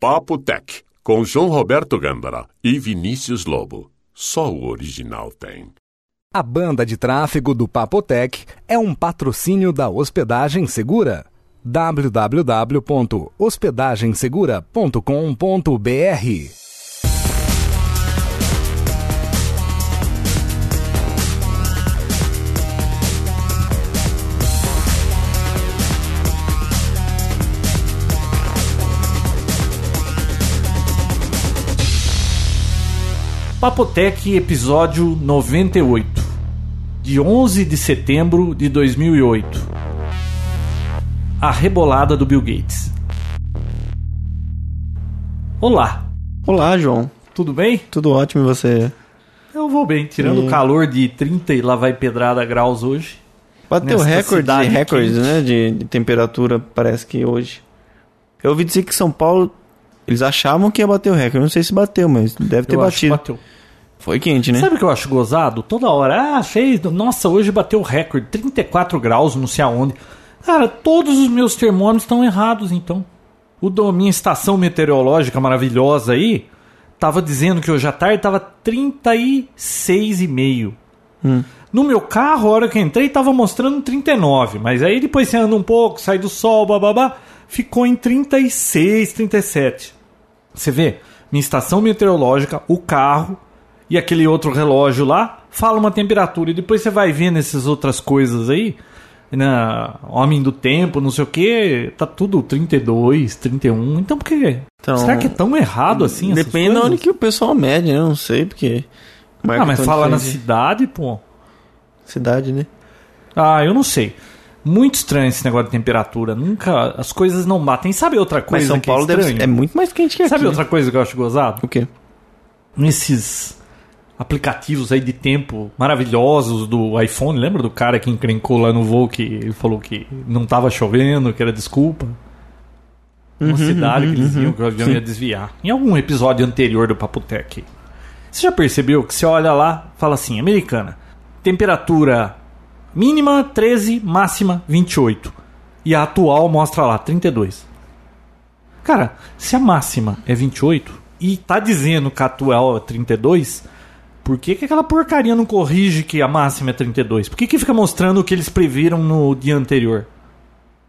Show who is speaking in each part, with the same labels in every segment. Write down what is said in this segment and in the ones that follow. Speaker 1: Papo Tech, com João Roberto Gândara e Vinícius Lobo. Só o original tem.
Speaker 2: A banda de tráfego do Papotec é um patrocínio da Hospedagem Segura. www.hospedagensegura.com.br
Speaker 3: Papotec, episódio 98, de 11 de setembro de 2008. A rebolada do Bill Gates. Olá,
Speaker 4: Olá, João.
Speaker 3: tudo bem?
Speaker 4: Tudo ótimo e você?
Speaker 3: Eu vou bem, tirando
Speaker 4: Sim.
Speaker 3: o calor de 30 e lá vai pedrada graus hoje.
Speaker 4: Bateu
Speaker 3: Nesta
Speaker 4: recordes e
Speaker 3: cidade
Speaker 4: recordes,
Speaker 3: quente.
Speaker 4: né? De, de temperatura, parece que hoje. Eu ouvi dizer que São Paulo. Eles achavam que ia bater o recorde. Eu Não sei se bateu, mas deve ter
Speaker 3: Eu acho que
Speaker 4: batido.
Speaker 3: bateu.
Speaker 4: Foi quente, né?
Speaker 3: Sabe o que eu acho gozado? Toda hora, ah, fez, nossa, hoje bateu o recorde, 34 graus, não sei aonde. Cara, todos os meus termômetros estão errados, então. O da minha estação meteorológica maravilhosa aí tava dizendo que hoje à tarde tava 36,5. No meu carro, a hora que eu entrei, tava mostrando 39, mas aí depois você anda um pouco, sai do sol, bababá, ficou em 36, 37. Você vê, minha estação meteorológica, o carro e aquele outro relógio lá, fala uma temperatura. E depois você vai vendo essas outras coisas aí, na Homem do Tempo, não sei o que, tá tudo 32, 31. Então por que?
Speaker 4: Então,
Speaker 3: Será que é tão errado assim? essas
Speaker 4: Depende da
Speaker 3: coisas?
Speaker 4: onde que é o pessoal mede, né? Eu Não sei, porque.
Speaker 3: Ah,
Speaker 4: marca
Speaker 3: mas
Speaker 4: tão
Speaker 3: fala na
Speaker 4: diferente.
Speaker 3: cidade, pô.
Speaker 4: cidade, né?
Speaker 3: Ah, eu não sei. Muito estranho esse negócio de temperatura. Nunca. As coisas não batem. Sabe outra
Speaker 4: Mas
Speaker 3: coisa
Speaker 4: São
Speaker 3: que é
Speaker 4: Paulo deve
Speaker 3: estranho?
Speaker 4: ser- é muito mais quente que aqui.
Speaker 3: Sabe
Speaker 4: né?
Speaker 3: outra coisa que eu acho gozado?
Speaker 4: O quê?
Speaker 3: nesses aplicativos aí de tempo maravilhosos do iPhone. Lembra do cara que encrencou lá no voo que ele falou que não tava chovendo, que era desculpa? Uma cidade que eles iam que o avião ia desviar. Em algum episódio anterior do Papotec. Você já percebeu que você olha lá, fala assim, americana, temperatura mínima 13, máxima 28. E a atual mostra lá 32. Cara, se a máxima é 28 e tá dizendo que a atual é 32, por que, que aquela porcaria não corrige que a máxima é 32? Por que, que fica mostrando o que eles previram no dia anterior?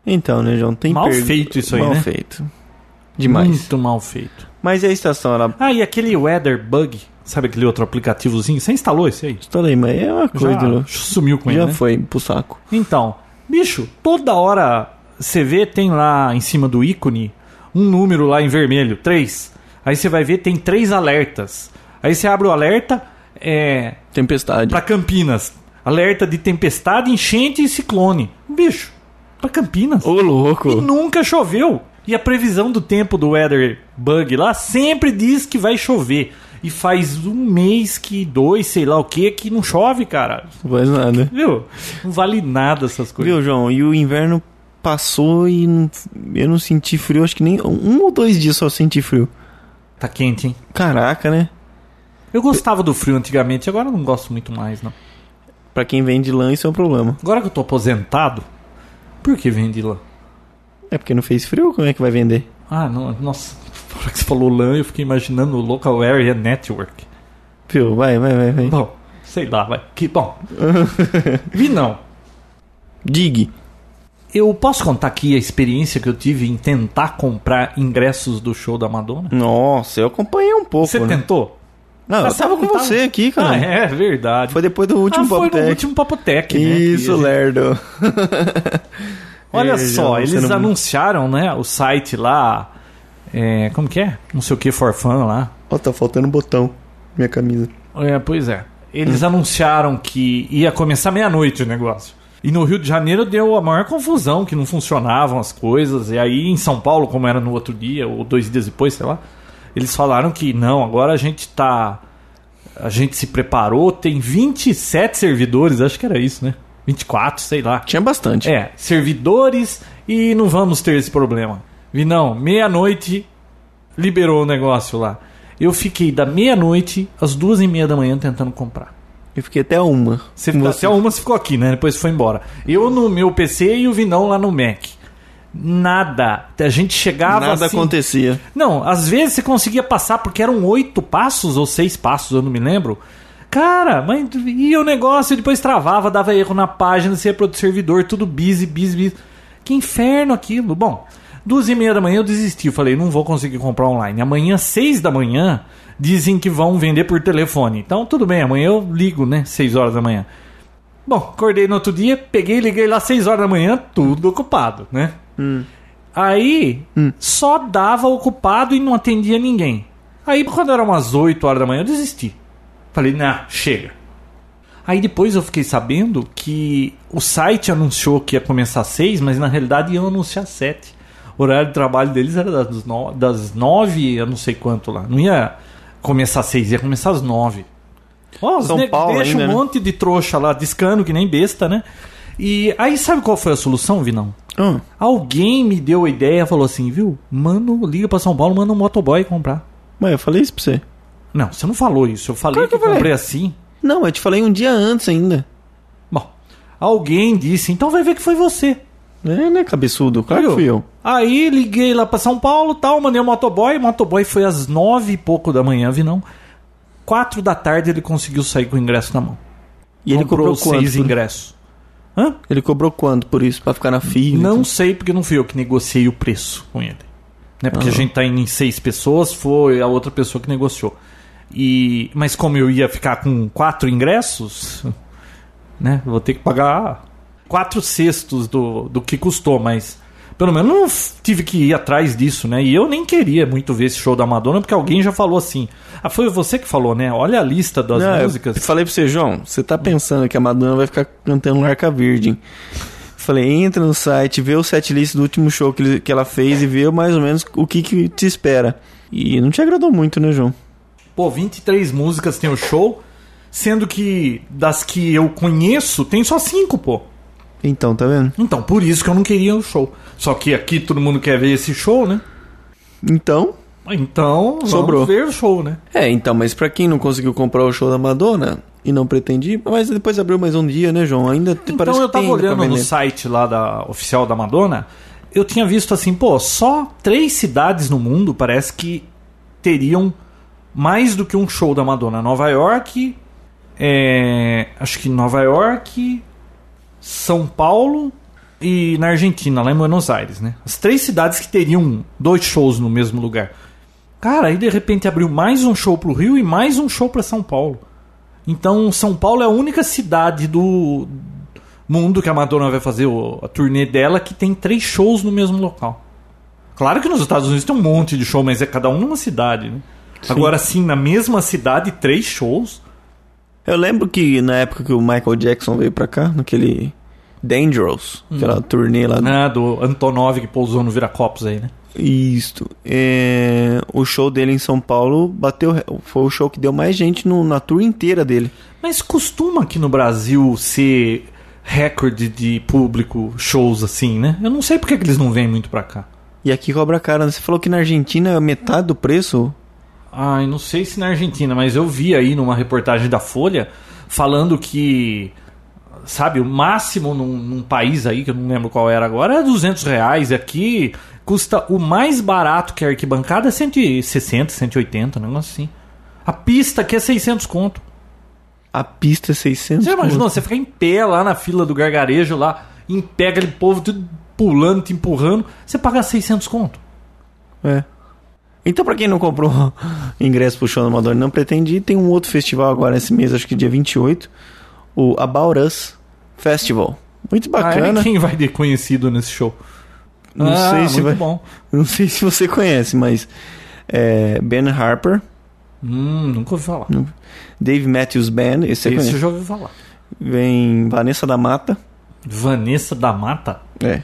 Speaker 4: Então, né, João? Tem
Speaker 3: Mal feito isso aí,
Speaker 4: Mal
Speaker 3: né? Hum.
Speaker 4: feito. Demais.
Speaker 3: Muito mal feito.
Speaker 4: Mas e a estação? Ela.
Speaker 3: Ah, e aquele Weather Bug, sabe aquele outro aplicativozinho? Você instalou esse aí?
Speaker 4: Estourei, mas é uma coisa.
Speaker 3: Já
Speaker 4: né?
Speaker 3: sumiu com ele,
Speaker 4: Já
Speaker 3: né?
Speaker 4: foi pro saco.
Speaker 3: Então, bicho, toda hora você vê, tem lá em cima do ícone um número lá em vermelho, 3. Aí você vai ver, tem três alertas. Aí você abre o alerta, é.
Speaker 4: Tempestade.
Speaker 3: Pra Campinas. Alerta de tempestade, enchente e ciclone. Bicho, pra Campinas.
Speaker 4: Ô, louco.
Speaker 3: E nunca choveu. E a previsão do tempo do Weather Bug lá sempre diz que vai chover. E faz um mês que dois, sei lá o que, que não chove, cara.
Speaker 4: Não faz nada.
Speaker 3: Viu? Não vale nada essas coisas.
Speaker 4: Viu, João? E o inverno passou e não- eu não senti frio. Acho que nem um ou dois dias só senti frio.
Speaker 3: Tá quente, hein?
Speaker 4: Caraca, né?
Speaker 3: Eu gostava do frio antigamente, agora eu não gosto muito mais, não.
Speaker 4: Pra quem vende lã, isso é um problema.
Speaker 3: Agora que eu tô aposentado, por que vende lã?
Speaker 4: É porque não fez frio, como é que vai vender?
Speaker 3: Ah, não, nossa, na hora que você falou lã, eu fiquei imaginando o Local Area Network.
Speaker 4: Viu? Vai, vai, vai, vai.
Speaker 3: Bom, sei lá, vai. Que bom. Vi não.
Speaker 4: Dig.
Speaker 3: Eu posso contar aqui a experiência que eu tive em tentar comprar ingressos do show da Madonna?
Speaker 4: Nossa, eu acompanhei um pouco.
Speaker 3: Você
Speaker 4: né?
Speaker 3: tentou?
Speaker 4: Não,
Speaker 3: Ah,
Speaker 4: eu tava com
Speaker 3: não
Speaker 4: você aqui, cara.
Speaker 3: Ah, é verdade.
Speaker 4: Foi depois do último
Speaker 3: ah, foi
Speaker 4: Papotec.
Speaker 3: no último Papotec, né? Que a
Speaker 4: Isso,
Speaker 3: gente
Speaker 4: Lerdo.
Speaker 3: Olha
Speaker 4: É,
Speaker 3: só,
Speaker 4: já
Speaker 3: eles
Speaker 4: sendo-
Speaker 3: anunciaram, né, o site lá, é, como que é? Não sei o que, for fun lá.
Speaker 4: Ó, tá faltando um botão. Minha camisa.
Speaker 3: É, pois é. Eles anunciaram que ia começar meia-noite o negócio. E no Rio de Janeiro deu a maior confusão, que não funcionavam as coisas. E aí em São Paulo, como era no outro dia, ou dois dias depois, sei lá, eles falaram que não, agora a gente tá. A gente se preparou, tem 27 servidores, acho que era isso, né? 24, sei lá.
Speaker 4: Tinha bastante.
Speaker 3: É, servidores e não vamos ter esse problema. Vinão, meia-noite liberou o negócio lá. Eu fiquei da meia-noite às duas e meia da manhã tentando comprar.
Speaker 4: Eu fiquei até uma.
Speaker 3: Você ficou até uma, você ficou aqui, né? Depois foi embora. Eu no meu PC e o Vinão lá no Mac. Nada. A gente chegava
Speaker 4: Nada
Speaker 3: assim...
Speaker 4: acontecia.
Speaker 3: Não, às vezes você conseguia passar porque eram oito passos ou seis passos, eu não me lembro. Cara, mas ia o negócio e depois travava, dava erro na página, você ia pro outro servidor, tudo busy, busy, busy. Que inferno aquilo. Bom, duas e meia da manhã eu desisti. Eu falei, não vou conseguir comprar online. Amanhã, seis da manhã, dizem que vão vender por telefone. Então, tudo bem, amanhã eu ligo, né? Seis horas da manhã. Bom, acordei no outro dia, peguei e liguei lá seis horas da manhã, tudo ocupado, né? Aí
Speaker 4: Hum.
Speaker 3: só dava ocupado e não atendia ninguém. Aí quando era umas 8 horas da manhã eu desisti. Falei, nah, chega. Aí depois eu fiquei sabendo que o site anunciou que ia começar às 6, mas na realidade iam anunciar às 7. O horário de trabalho deles era das, no... das 9 a não sei quanto lá. Não ia começar às 6, ia começar às 9. Ó, os
Speaker 4: São
Speaker 3: nego
Speaker 4: Paulo
Speaker 3: deixa um
Speaker 4: ainda, né?
Speaker 3: monte de trouxa lá, discando que nem besta, né? E aí sabe qual foi a solução, Vinão?
Speaker 4: Ah,
Speaker 3: Alguém me deu a ideia, falou assim, viu? Mano, liga pra São Paulo, manda um motoboy comprar.
Speaker 4: mas eu falei isso pra você.
Speaker 3: Não, você não falou isso. Eu falei
Speaker 4: Claro
Speaker 3: que,
Speaker 4: que
Speaker 3: eu
Speaker 4: eu falei.
Speaker 3: comprei assim.
Speaker 4: Não, eu te falei um dia antes ainda.
Speaker 3: Bom, alguém disse, então vai ver que foi você.
Speaker 4: É, né, cabeçudo? Claro que
Speaker 3: Viu?
Speaker 4: fui eu.
Speaker 3: Aí liguei lá pra São Paulo, tal, mandei o motoboy. O motoboy foi às nove e pouco da manhã, vi não. Quatro da tarde ele conseguiu sair com o ingresso na mão.
Speaker 4: E ele
Speaker 3: Comprou
Speaker 4: cobrou quanto?
Speaker 3: seis
Speaker 4: por-
Speaker 3: ingressos. Hã?
Speaker 4: Ele cobrou quanto por isso? Pra ficar na fila?
Speaker 3: Não
Speaker 4: então?
Speaker 3: sei, porque não fui eu que negociei o preço com ele. Né? Porque a gente tá indo em seis pessoas, foi a outra pessoa que negociou. E Mas como eu ia ficar com quatro ingressos, né? Vou ter que pagar quatro sextos do, do que custou, mas. Pelo menos não f- tive que ir atrás disso, né? E eu nem queria muito ver esse show da Madonna, porque alguém já falou assim. Ah, foi você que falou, né? Olha a lista das
Speaker 4: Não, eu
Speaker 3: músicas.
Speaker 4: falei pra você, João, você tá pensando que a Madonna vai ficar cantando Larca Virgem. Falei, entra no site, vê o setlist do último show que, ele- que ela fez e vê mais ou menos o que, que te espera. E não te agradou muito, né, João?
Speaker 3: Pô, 23 músicas tem o show, sendo que das que eu conheço tem só 5, pô.
Speaker 4: Então, tá vendo?
Speaker 3: Então, por isso que eu não queria o show. Só que aqui todo mundo quer ver esse show, né?
Speaker 4: Então.
Speaker 3: Então,
Speaker 4: Sobrou.
Speaker 3: vamos ver o show, né?
Speaker 4: É, então, mas pra quem não conseguiu comprar o show da Madonna e não pretende ir, mas depois abriu mais um dia, né, João? Ainda te- parece
Speaker 3: então eu
Speaker 4: que tem
Speaker 3: tava
Speaker 4: ainda pra
Speaker 3: olhando no
Speaker 4: vender.
Speaker 3: site lá da oficial da Madonna, eu tinha visto assim, pô, só três cidades no mundo parece que teriam mais do que um show da Madonna. Nova York, é, acho que Nova York, São Paulo e na Argentina, lá em Buenos Aires, né? As três cidades que teriam dois shows no mesmo lugar. Cara, aí de repente abriu mais um show pro Rio e mais um show pra São Paulo. Então, São Paulo é a única cidade do mundo que a Madonna vai fazer o- a turnê dela que tem três shows no mesmo local. Claro que nos Estados Unidos tem um monte de show, mas é cada um numa cidade, né? Agora sim, na mesma cidade, três shows.
Speaker 4: Eu lembro que na época que o Michael Jackson veio pra cá, naquele Dangerous,
Speaker 3: Hum.
Speaker 4: aquela turnê lá.
Speaker 3: Ah, do Antonov que pousou no Viracopos aí, né?
Speaker 4: Isto. É, o show dele em São Paulo bateu. re- Foi o show que deu mais gente no- na tour inteira dele.
Speaker 3: Mas costuma aqui no Brasil ser recorde de público shows assim, né? Eu não sei por que que eles não vêm muito pra cá.
Speaker 4: E aqui cobra cara. né? Você falou que na Argentina é metade do preço.
Speaker 3: Ai, não sei se na Argentina, mas eu vi aí numa reportagem da Folha falando que, sabe, o máximo num, num país aí, que eu não lembro qual era agora, é 200 reais. Aqui custa o mais barato que a arquibancada é 160, 180, um negócio assim. A pista aqui é 600 conto.
Speaker 4: A pista é 600.
Speaker 3: Você imaginou
Speaker 4: conto.
Speaker 3: você ficar em pé lá na fila do gargarejo, lá, em pé, aquele povo tudo pulando, te empurrando, você paga 600 conto.
Speaker 4: É. Então, pra quem não comprou ingresso pro show da Madonna e não pretende ir, tem um outro festival agora esse mês, acho que dia 28. O About Us Festival.
Speaker 3: Ah, é
Speaker 4: Muito bacana.
Speaker 3: Aí quem vai de conhecido nesse show?
Speaker 4: Não
Speaker 3: Ah,
Speaker 4: sei se
Speaker 3: muito
Speaker 4: vai.
Speaker 3: bom.
Speaker 4: Não sei se você conhece, mas. É, ben Harper,
Speaker 3: Hum, nunca ouvi falar.
Speaker 4: Dave Matthews Band, esse
Speaker 3: Esse
Speaker 4: você conhece.
Speaker 3: eu já ouvi falar.
Speaker 4: Vem Vanessa da Mata.
Speaker 3: Vanessa da Mata?
Speaker 4: É.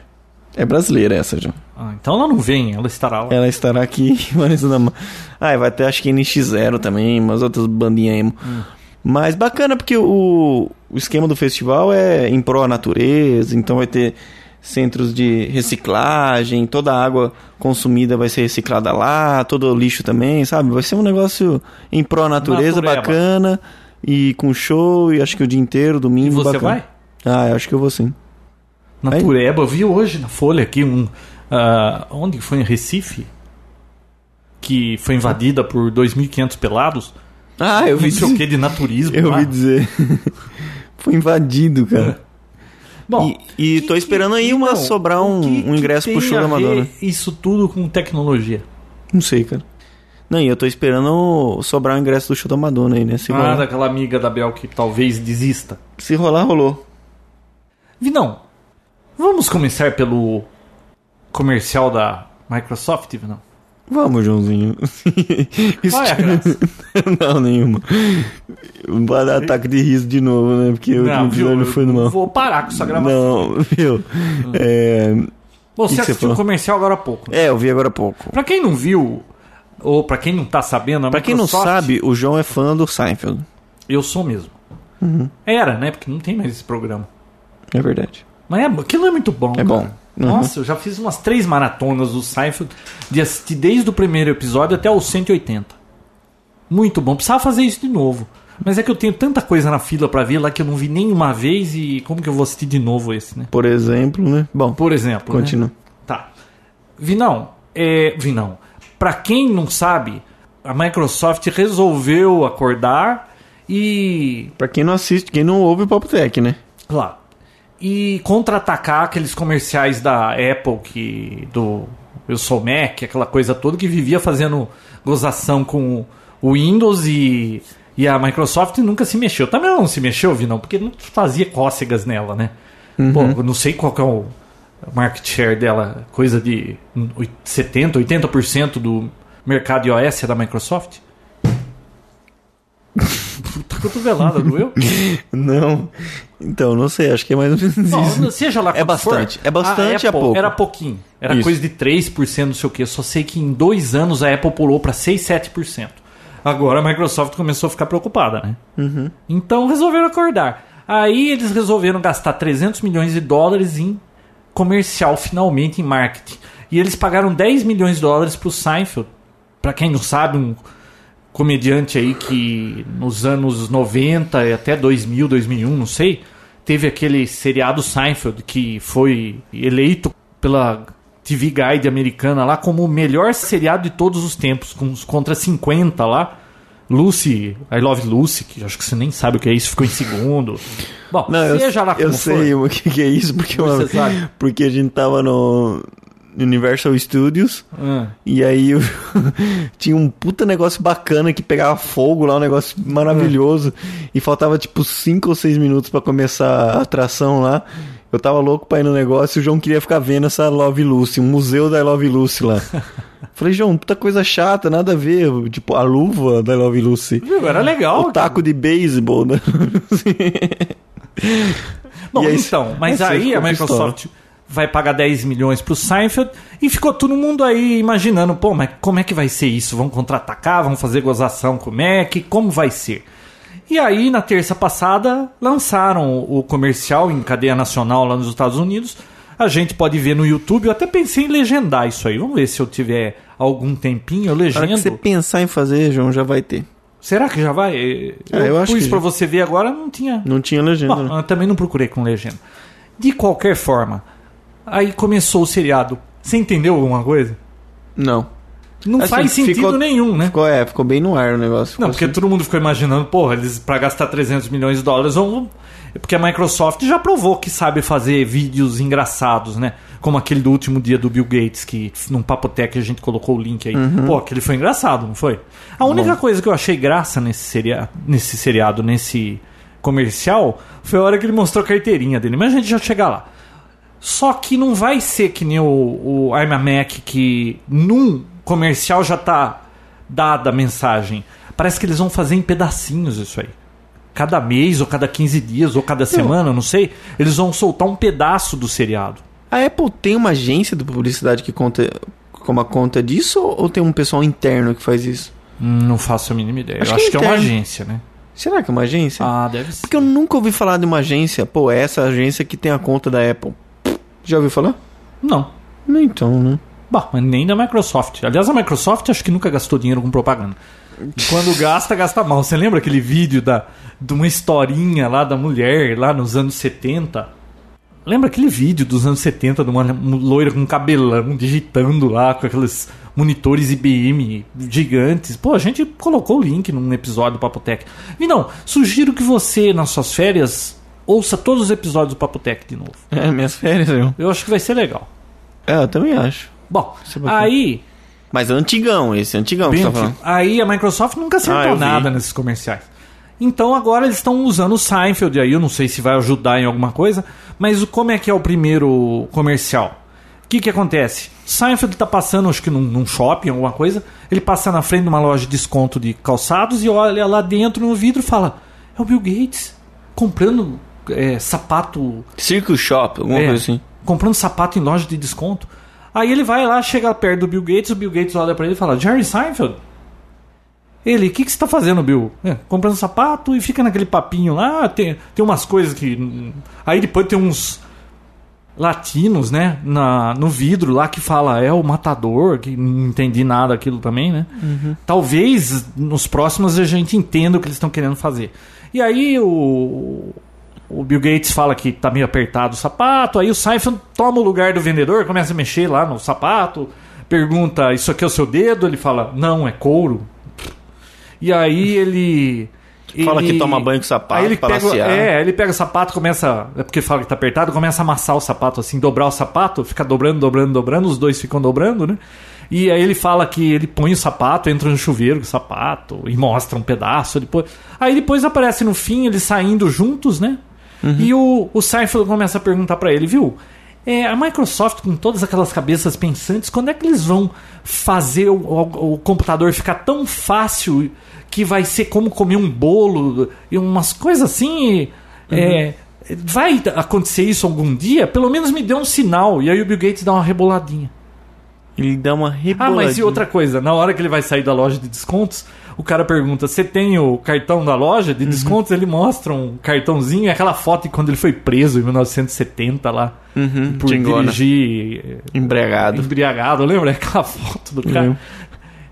Speaker 4: É brasileira essa, João.
Speaker 3: Ah, então ela não vem, ela estará lá.
Speaker 4: Ela estará aqui, Vanessa da Mata. Ah, e vai ter acho que NX0 também, umas outras bandinhas emo.
Speaker 3: Hum.
Speaker 4: Mas bacana porque o, o esquema do festival é em pró à natureza, então vai ter centros de reciclagem, toda a água consumida vai ser reciclada lá, todo o lixo também, sabe? Vai ser um negócio em pró à natureza,
Speaker 3: Natureba.
Speaker 4: bacana, e com show, e acho que o dia inteiro, domingo,
Speaker 3: E você
Speaker 4: um bacana.
Speaker 3: vai?
Speaker 4: Ah, eu acho que eu vou sim.
Speaker 3: Natureba, eu vi hoje na Folha aqui um, ah, onde que foi em Recife, que foi invadida por 2.500 pelados.
Speaker 4: Ah, eu
Speaker 3: Não
Speaker 4: vi
Speaker 3: sei o
Speaker 4: dizer.
Speaker 3: que de naturismo. é?
Speaker 4: Eu
Speaker 3: lá.
Speaker 4: ouvi dizer. Foi invadido, cara.
Speaker 3: Bom,
Speaker 4: e e
Speaker 3: que-
Speaker 4: tô esperando aí
Speaker 3: que-
Speaker 4: uma
Speaker 3: não,
Speaker 4: sobrar
Speaker 3: o
Speaker 4: um,
Speaker 3: que-
Speaker 4: um
Speaker 3: que
Speaker 4: ingresso pro
Speaker 3: tem
Speaker 4: show
Speaker 3: a
Speaker 4: da Madonna.
Speaker 3: ver Isso tudo com tecnologia.
Speaker 4: Não sei, cara. Não, e eu tô esperando sobrar o ingresso do show da Madonna aí, né? Se
Speaker 3: ah,
Speaker 4: rolar,
Speaker 3: daquela amiga da Bel que talvez desista.
Speaker 4: se rolar rolou.
Speaker 3: Vinão, vamos começar pelo comercial da Microsoft, Vinão?
Speaker 4: Vamos, Joãozinho. Isso
Speaker 3: Qual é a graça?
Speaker 4: não, nenhuma. Vai dar ataque de riso de novo, né? Porque o
Speaker 3: Não, viu?
Speaker 4: episódio
Speaker 3: Eu
Speaker 4: foi no mal.
Speaker 3: Vou parar com essa gravação.
Speaker 4: Não, viu? É, que
Speaker 3: Você
Speaker 4: que você
Speaker 3: assistiu
Speaker 4: falou?
Speaker 3: o comercial agora há pouco.
Speaker 4: é, eu vi agora há pouco.
Speaker 3: Pra quem não viu, ou pra quem não tá sabendo, a
Speaker 4: Pra quem não
Speaker 3: Microsoft-
Speaker 4: sabe, o João é fã do Seinfeld.
Speaker 3: Eu sou mesmo.
Speaker 4: Uhum.
Speaker 3: Era, né? Porque não tem mais esse programa.
Speaker 4: É verdade.
Speaker 3: Mas é, aquilo é muito bom.
Speaker 4: É
Speaker 3: cara.
Speaker 4: bom. Uhum.
Speaker 3: Nossa, eu já fiz umas três maratonas do Seinfeld de assistir desde o primeiro episódio até os 180. Muito bom. Precisava fazer isso de novo. Mas é que eu tenho tanta coisa na fila pra ver lá que eu não vi nenhuma vez e como que eu vou assistir de novo esse, né?
Speaker 4: Por exemplo, né? Bom,
Speaker 3: Por exemplo. né?
Speaker 4: continua.
Speaker 3: Tá. Vinão, é. Vinão, pra quem não sabe, a Microsoft resolveu acordar e.
Speaker 4: Pra quem não assiste, quem não ouve o Papo Tech, né?
Speaker 3: Claro. E contra-atacar aqueles comerciais da Apple que. do Eu sou Mac, aquela coisa toda que vivia fazendo gozação com o Windows e. E a Microsoft nunca se mexeu. Também ela não se mexeu, Vinão, porque não fazia cócegas nela, né? Pô, eu não sei qual que é o market share dela, coisa de oit- 70%, 80% do mercado iOS é da Microsoft. Puta cotovelada, doeu?
Speaker 4: Não. Então, não sei, acho que é mais ou menos isso.
Speaker 3: Não, seja lá
Speaker 4: É
Speaker 3: quanto for,
Speaker 4: bastante, é bastante,
Speaker 3: a
Speaker 4: é
Speaker 3: Apple
Speaker 4: pouco.
Speaker 3: Era pouquinho. Era
Speaker 4: Isso.
Speaker 3: coisa de 3%, não sei o quê. Só sei que em dois anos a Apple pulou para 6, 7%. Agora a Microsoft começou a ficar preocupada, né?
Speaker 4: Uhum.
Speaker 3: Então resolveram acordar. Aí eles resolveram gastar 300 milhões de dólares em comercial, finalmente, em marketing. E eles pagaram 10 milhões de dólares pro Seinfeld. Pra quem não sabe, um comediante aí que nos anos 90 e até 2000, 2001, não sei, teve aquele seriado Seinfeld que foi eleito pela TV Guide americana lá como o melhor seriado de todos os tempos, com uns contra 50 lá. Lucy, I Love Lucy, que eu acho que você nem sabe o que é isso, ficou em segundo. Bom,
Speaker 4: eu,
Speaker 3: seja lá como
Speaker 4: eu
Speaker 3: for.
Speaker 4: sei o que, que é isso, porque, uma-
Speaker 3: Você sabe.
Speaker 4: porque a gente tava no Universal Studios
Speaker 3: Ah.
Speaker 4: e aí eu- tinha um puta negócio bacana que pegava fogo lá, um negócio maravilhoso, e faltava tipo 5 ou 6 minutos pra começar a atração lá. Eu tava louco pra ir no negócio e o João queria ficar vendo essa Love Lucy, um museu da Love Lucy lá. Falei, João, puta coisa chata, nada a ver. Tipo, a luva da Love Lucy.
Speaker 3: Viu? Era legal.
Speaker 4: O taco de beisebol, né?
Speaker 3: Bom,
Speaker 4: E aí-
Speaker 3: então, mas
Speaker 4: aí você
Speaker 3: aí
Speaker 4: ficou
Speaker 3: a Microsoft
Speaker 4: pistola.
Speaker 3: vai pagar 10 milhões pro Seinfeld e ficou todo mundo aí imaginando, pô, mas como é que vai ser isso? Vão contra-atacar, vão fazer gozação com o Mac, como vai ser? E aí, na terça passada, lançaram o comercial em cadeia nacional lá nos Estados Unidos. A gente pode ver no YouTube. Eu até pensei em legendar isso aí. Vamos ver se eu tiver algum tempinho, eu
Speaker 4: Na hora que
Speaker 3: legendo.
Speaker 4: você pensar em fazer, João, já vai ter.
Speaker 3: Será que já vai? Eu,
Speaker 4: É, eu acho
Speaker 3: pus
Speaker 4: que
Speaker 3: pra
Speaker 4: já.
Speaker 3: você ver agora, não tinha.
Speaker 4: Não tinha legenda,
Speaker 3: Bom,
Speaker 4: né?
Speaker 3: eu também não procurei com legenda. De qualquer forma, aí começou o seriado. Você entendeu alguma coisa?
Speaker 4: Não.
Speaker 3: Não
Speaker 4: Assim,
Speaker 3: faz sentido
Speaker 4: ficou-
Speaker 3: nenhum, né?
Speaker 4: Ficou, é, ficou bem no ar o negócio.
Speaker 3: Não, porque
Speaker 4: Ficou
Speaker 3: todo mundo ficou imaginando, porra, eles pra gastar 300 milhões de dólares vão. Porque a Microsoft já provou que sabe fazer vídeos engraçados, né? Como aquele do último dia do Bill Gates, que num papotec a gente colocou o link aí. Pô, aquele foi engraçado, não foi? A única coisa que eu achei graça nesse, seria... nesse seriado, nesse comercial, foi a hora que ele mostrou a carteirinha dele. Mas a gente já chega lá. Só que não vai ser que nem o, o I'm a Mac, que num comercial já tá dada a mensagem. Parece que eles vão fazer em pedacinhos isso aí. Cada mês, ou cada 15 dias, ou cada semana, não sei. Eles vão soltar um pedaço do seriado.
Speaker 4: A Apple tem uma agência de publicidade que conta como a conta disso ou ou tem um pessoal interno que faz isso?
Speaker 3: Hum, Não faço a mínima ideia.
Speaker 4: Acho
Speaker 3: Eu
Speaker 4: que
Speaker 3: acho que é uma
Speaker 4: interno.
Speaker 3: agência, né?
Speaker 4: Será que é uma agência?
Speaker 3: Ah, deve ser.
Speaker 4: Porque eu nunca ouvi falar de uma agência. Pô, é essa agência que tem a conta da Apple. Já ouviu falar?
Speaker 3: Não.
Speaker 4: Nem então, né?
Speaker 3: Bom, mas nem da Microsoft. Aliás, a Microsoft acho que nunca gastou dinheiro com propaganda. E Quando gasta, gasta mal. Você lembra aquele vídeo da, de uma historinha lá da mulher, lá nos anos 70? Lembra aquele vídeo dos anos 70 de uma loira com cabelão digitando lá com aqueles monitores IBM gigantes? Pô, a gente colocou o link num episódio do Papotec. Não, sugiro que você, nas suas férias, ouça todos os episódios do Papotec de novo.
Speaker 4: É, minhas férias, viu?
Speaker 3: Eu acho que vai ser legal.
Speaker 4: É, eu também acho.
Speaker 3: Bom,
Speaker 4: Isso é bacana.
Speaker 3: aí,
Speaker 4: Mas é antigão, esse é antigão que você tá
Speaker 3: Bem,
Speaker 4: falando.
Speaker 3: tipo, aí a Microsoft nunca
Speaker 4: Ah,
Speaker 3: acertou
Speaker 4: eu vi.
Speaker 3: nada nesses comerciais. Então agora eles estão usando o Seinfeld aí, eu não sei se vai ajudar em alguma coisa, mas o- como é que é o primeiro comercial? O que, que acontece? Seinfeld tá passando, acho que num, num shopping, alguma coisa, ele passa na frente de uma loja de desconto de calçados e olha lá dentro no vidro e fala: É o Bill Gates comprando é, sapato
Speaker 4: Circle Shop, alguma
Speaker 3: é,
Speaker 4: coisa assim.
Speaker 3: Comprando sapato em loja de desconto. Aí ele vai lá, chega perto do Bill Gates, o Bill Gates olha pra ele e fala: Jerry Seinfeld? Ele, o que, que você tá fazendo, Bill? "É, comprando sapato e fica naquele papinho lá, tem, tem umas coisas que. hum, Aí depois tem uns latinos, né, na, no vidro lá que fala é o matador, que não entendi nada aquilo também, né?
Speaker 4: Uhum.
Speaker 3: Talvez nos próximos a gente entenda o que eles estão querendo fazer. E aí o, o Bill Gates fala que tá meio apertado o sapato, aí o Seinfeld toma o lugar do vendedor, começa a mexer lá no sapato, pergunta, isso aqui é o seu dedo? Ele fala, não, é couro. E aí ele...
Speaker 4: Fala que
Speaker 3: ele-
Speaker 4: toma banho com sapato,
Speaker 3: Aí ele pega,
Speaker 4: palaciar.
Speaker 3: é, ele pega o sapato, começa. É porque fala que tá apertado, começa a amassar o sapato, assim, dobrar o sapato, fica dobrando, dobrando, dobrando, os dois ficam dobrando, né? E aí ele fala que ele põe o sapato, entra no chuveiro com o sapato e mostra um pedaço. Depois... Aí depois aparece no fim eles saindo juntos, né? E o, o Seinfeld começa a perguntar pra ele, viu? É, a Microsoft, com todas aquelas cabeças pensantes, quando é que eles vão fazer o, o- o computador ficar tão fácil que vai ser como comer um bolo e umas coisas assim? É, vai acontecer isso algum dia? Pelo menos me dê um sinal. E aí o Bill Gates dá uma reboladinha.
Speaker 4: Ele dá uma
Speaker 3: Ah,
Speaker 4: reboladinha.
Speaker 3: mas e outra coisa? Na hora que ele vai sair da loja de descontos, o cara pergunta: Você tem o cartão da loja
Speaker 4: Uhum.
Speaker 3: de descontos? Ele mostra um cartãozinho, é aquela foto de quando ele foi preso em 1970 lá,
Speaker 4: Uhum,
Speaker 3: por
Speaker 4: tingona.
Speaker 3: dirigir eh,
Speaker 4: Embregado.
Speaker 3: embriagado, lembra aquela foto do cara?
Speaker 4: Lembro.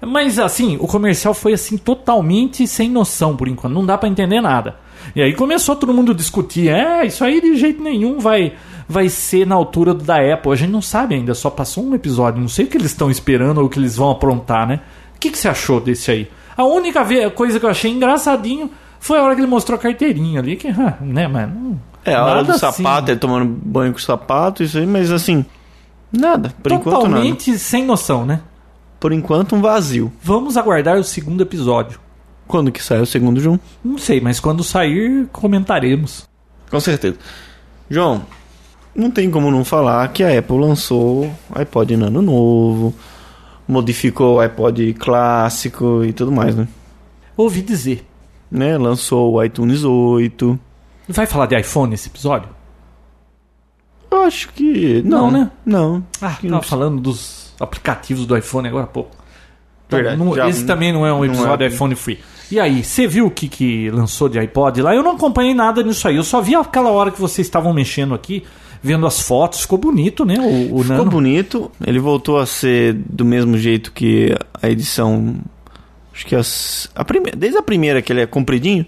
Speaker 3: Mas assim, o comercial foi assim totalmente sem noção por enquanto, não dá pra entender nada. E aí começou todo mundo a discutir, é, isso aí de jeito nenhum vai vai ser na altura do da Apple. A gente não sabe ainda, só passou um episódio, não sei o que eles estão esperando ou o que eles vão aprontar, né? O que, que você achou desse aí? A única ve- coisa que eu achei engraçadinho foi a hora que ele mostrou a carteirinha ali, que, ah, né, mas não-
Speaker 4: É, a hora
Speaker 3: nada
Speaker 4: do
Speaker 3: assim.
Speaker 4: sapato, ele tomando banho com sapato, isso aí, mas assim, nada. Por enquanto, nada.
Speaker 3: totalmente sem noção, né?
Speaker 4: Por enquanto, um vazio.
Speaker 3: Vamos aguardar o segundo episódio.
Speaker 4: Quando que sai o segundo, João?
Speaker 3: Não sei, mas quando sair, comentaremos.
Speaker 4: Com certeza. João, não tem como não falar que a Apple lançou iPod Nano novo, modificou o iPod clássico e tudo mais, né?
Speaker 3: Ouvi dizer.
Speaker 4: Né? Lançou o iTunes 8.
Speaker 3: Vai falar de iPhone esse episódio?
Speaker 4: Eu acho que.
Speaker 3: Não,
Speaker 4: Não,
Speaker 3: né?
Speaker 4: Não.
Speaker 3: Ah,
Speaker 4: Que
Speaker 3: tava
Speaker 4: não-
Speaker 3: falando dos aplicativos do iPhone agora há pouco. Então,
Speaker 4: Verdade,
Speaker 3: não-
Speaker 4: já-
Speaker 3: esse também não é um
Speaker 4: não
Speaker 3: episódio
Speaker 4: é-
Speaker 3: iPhone Free. E aí, você viu o que, que lançou de iPod lá? Eu não acompanhei nada nisso aí. Eu só vi aquela hora que vocês estavam mexendo aqui, vendo as fotos. Ficou bonito, né? O, o
Speaker 4: Ficou
Speaker 3: Nano.
Speaker 4: bonito. Ele voltou a ser do mesmo jeito que a edição. Acho que as, a primeira, desde a primeira que ele é compridinho,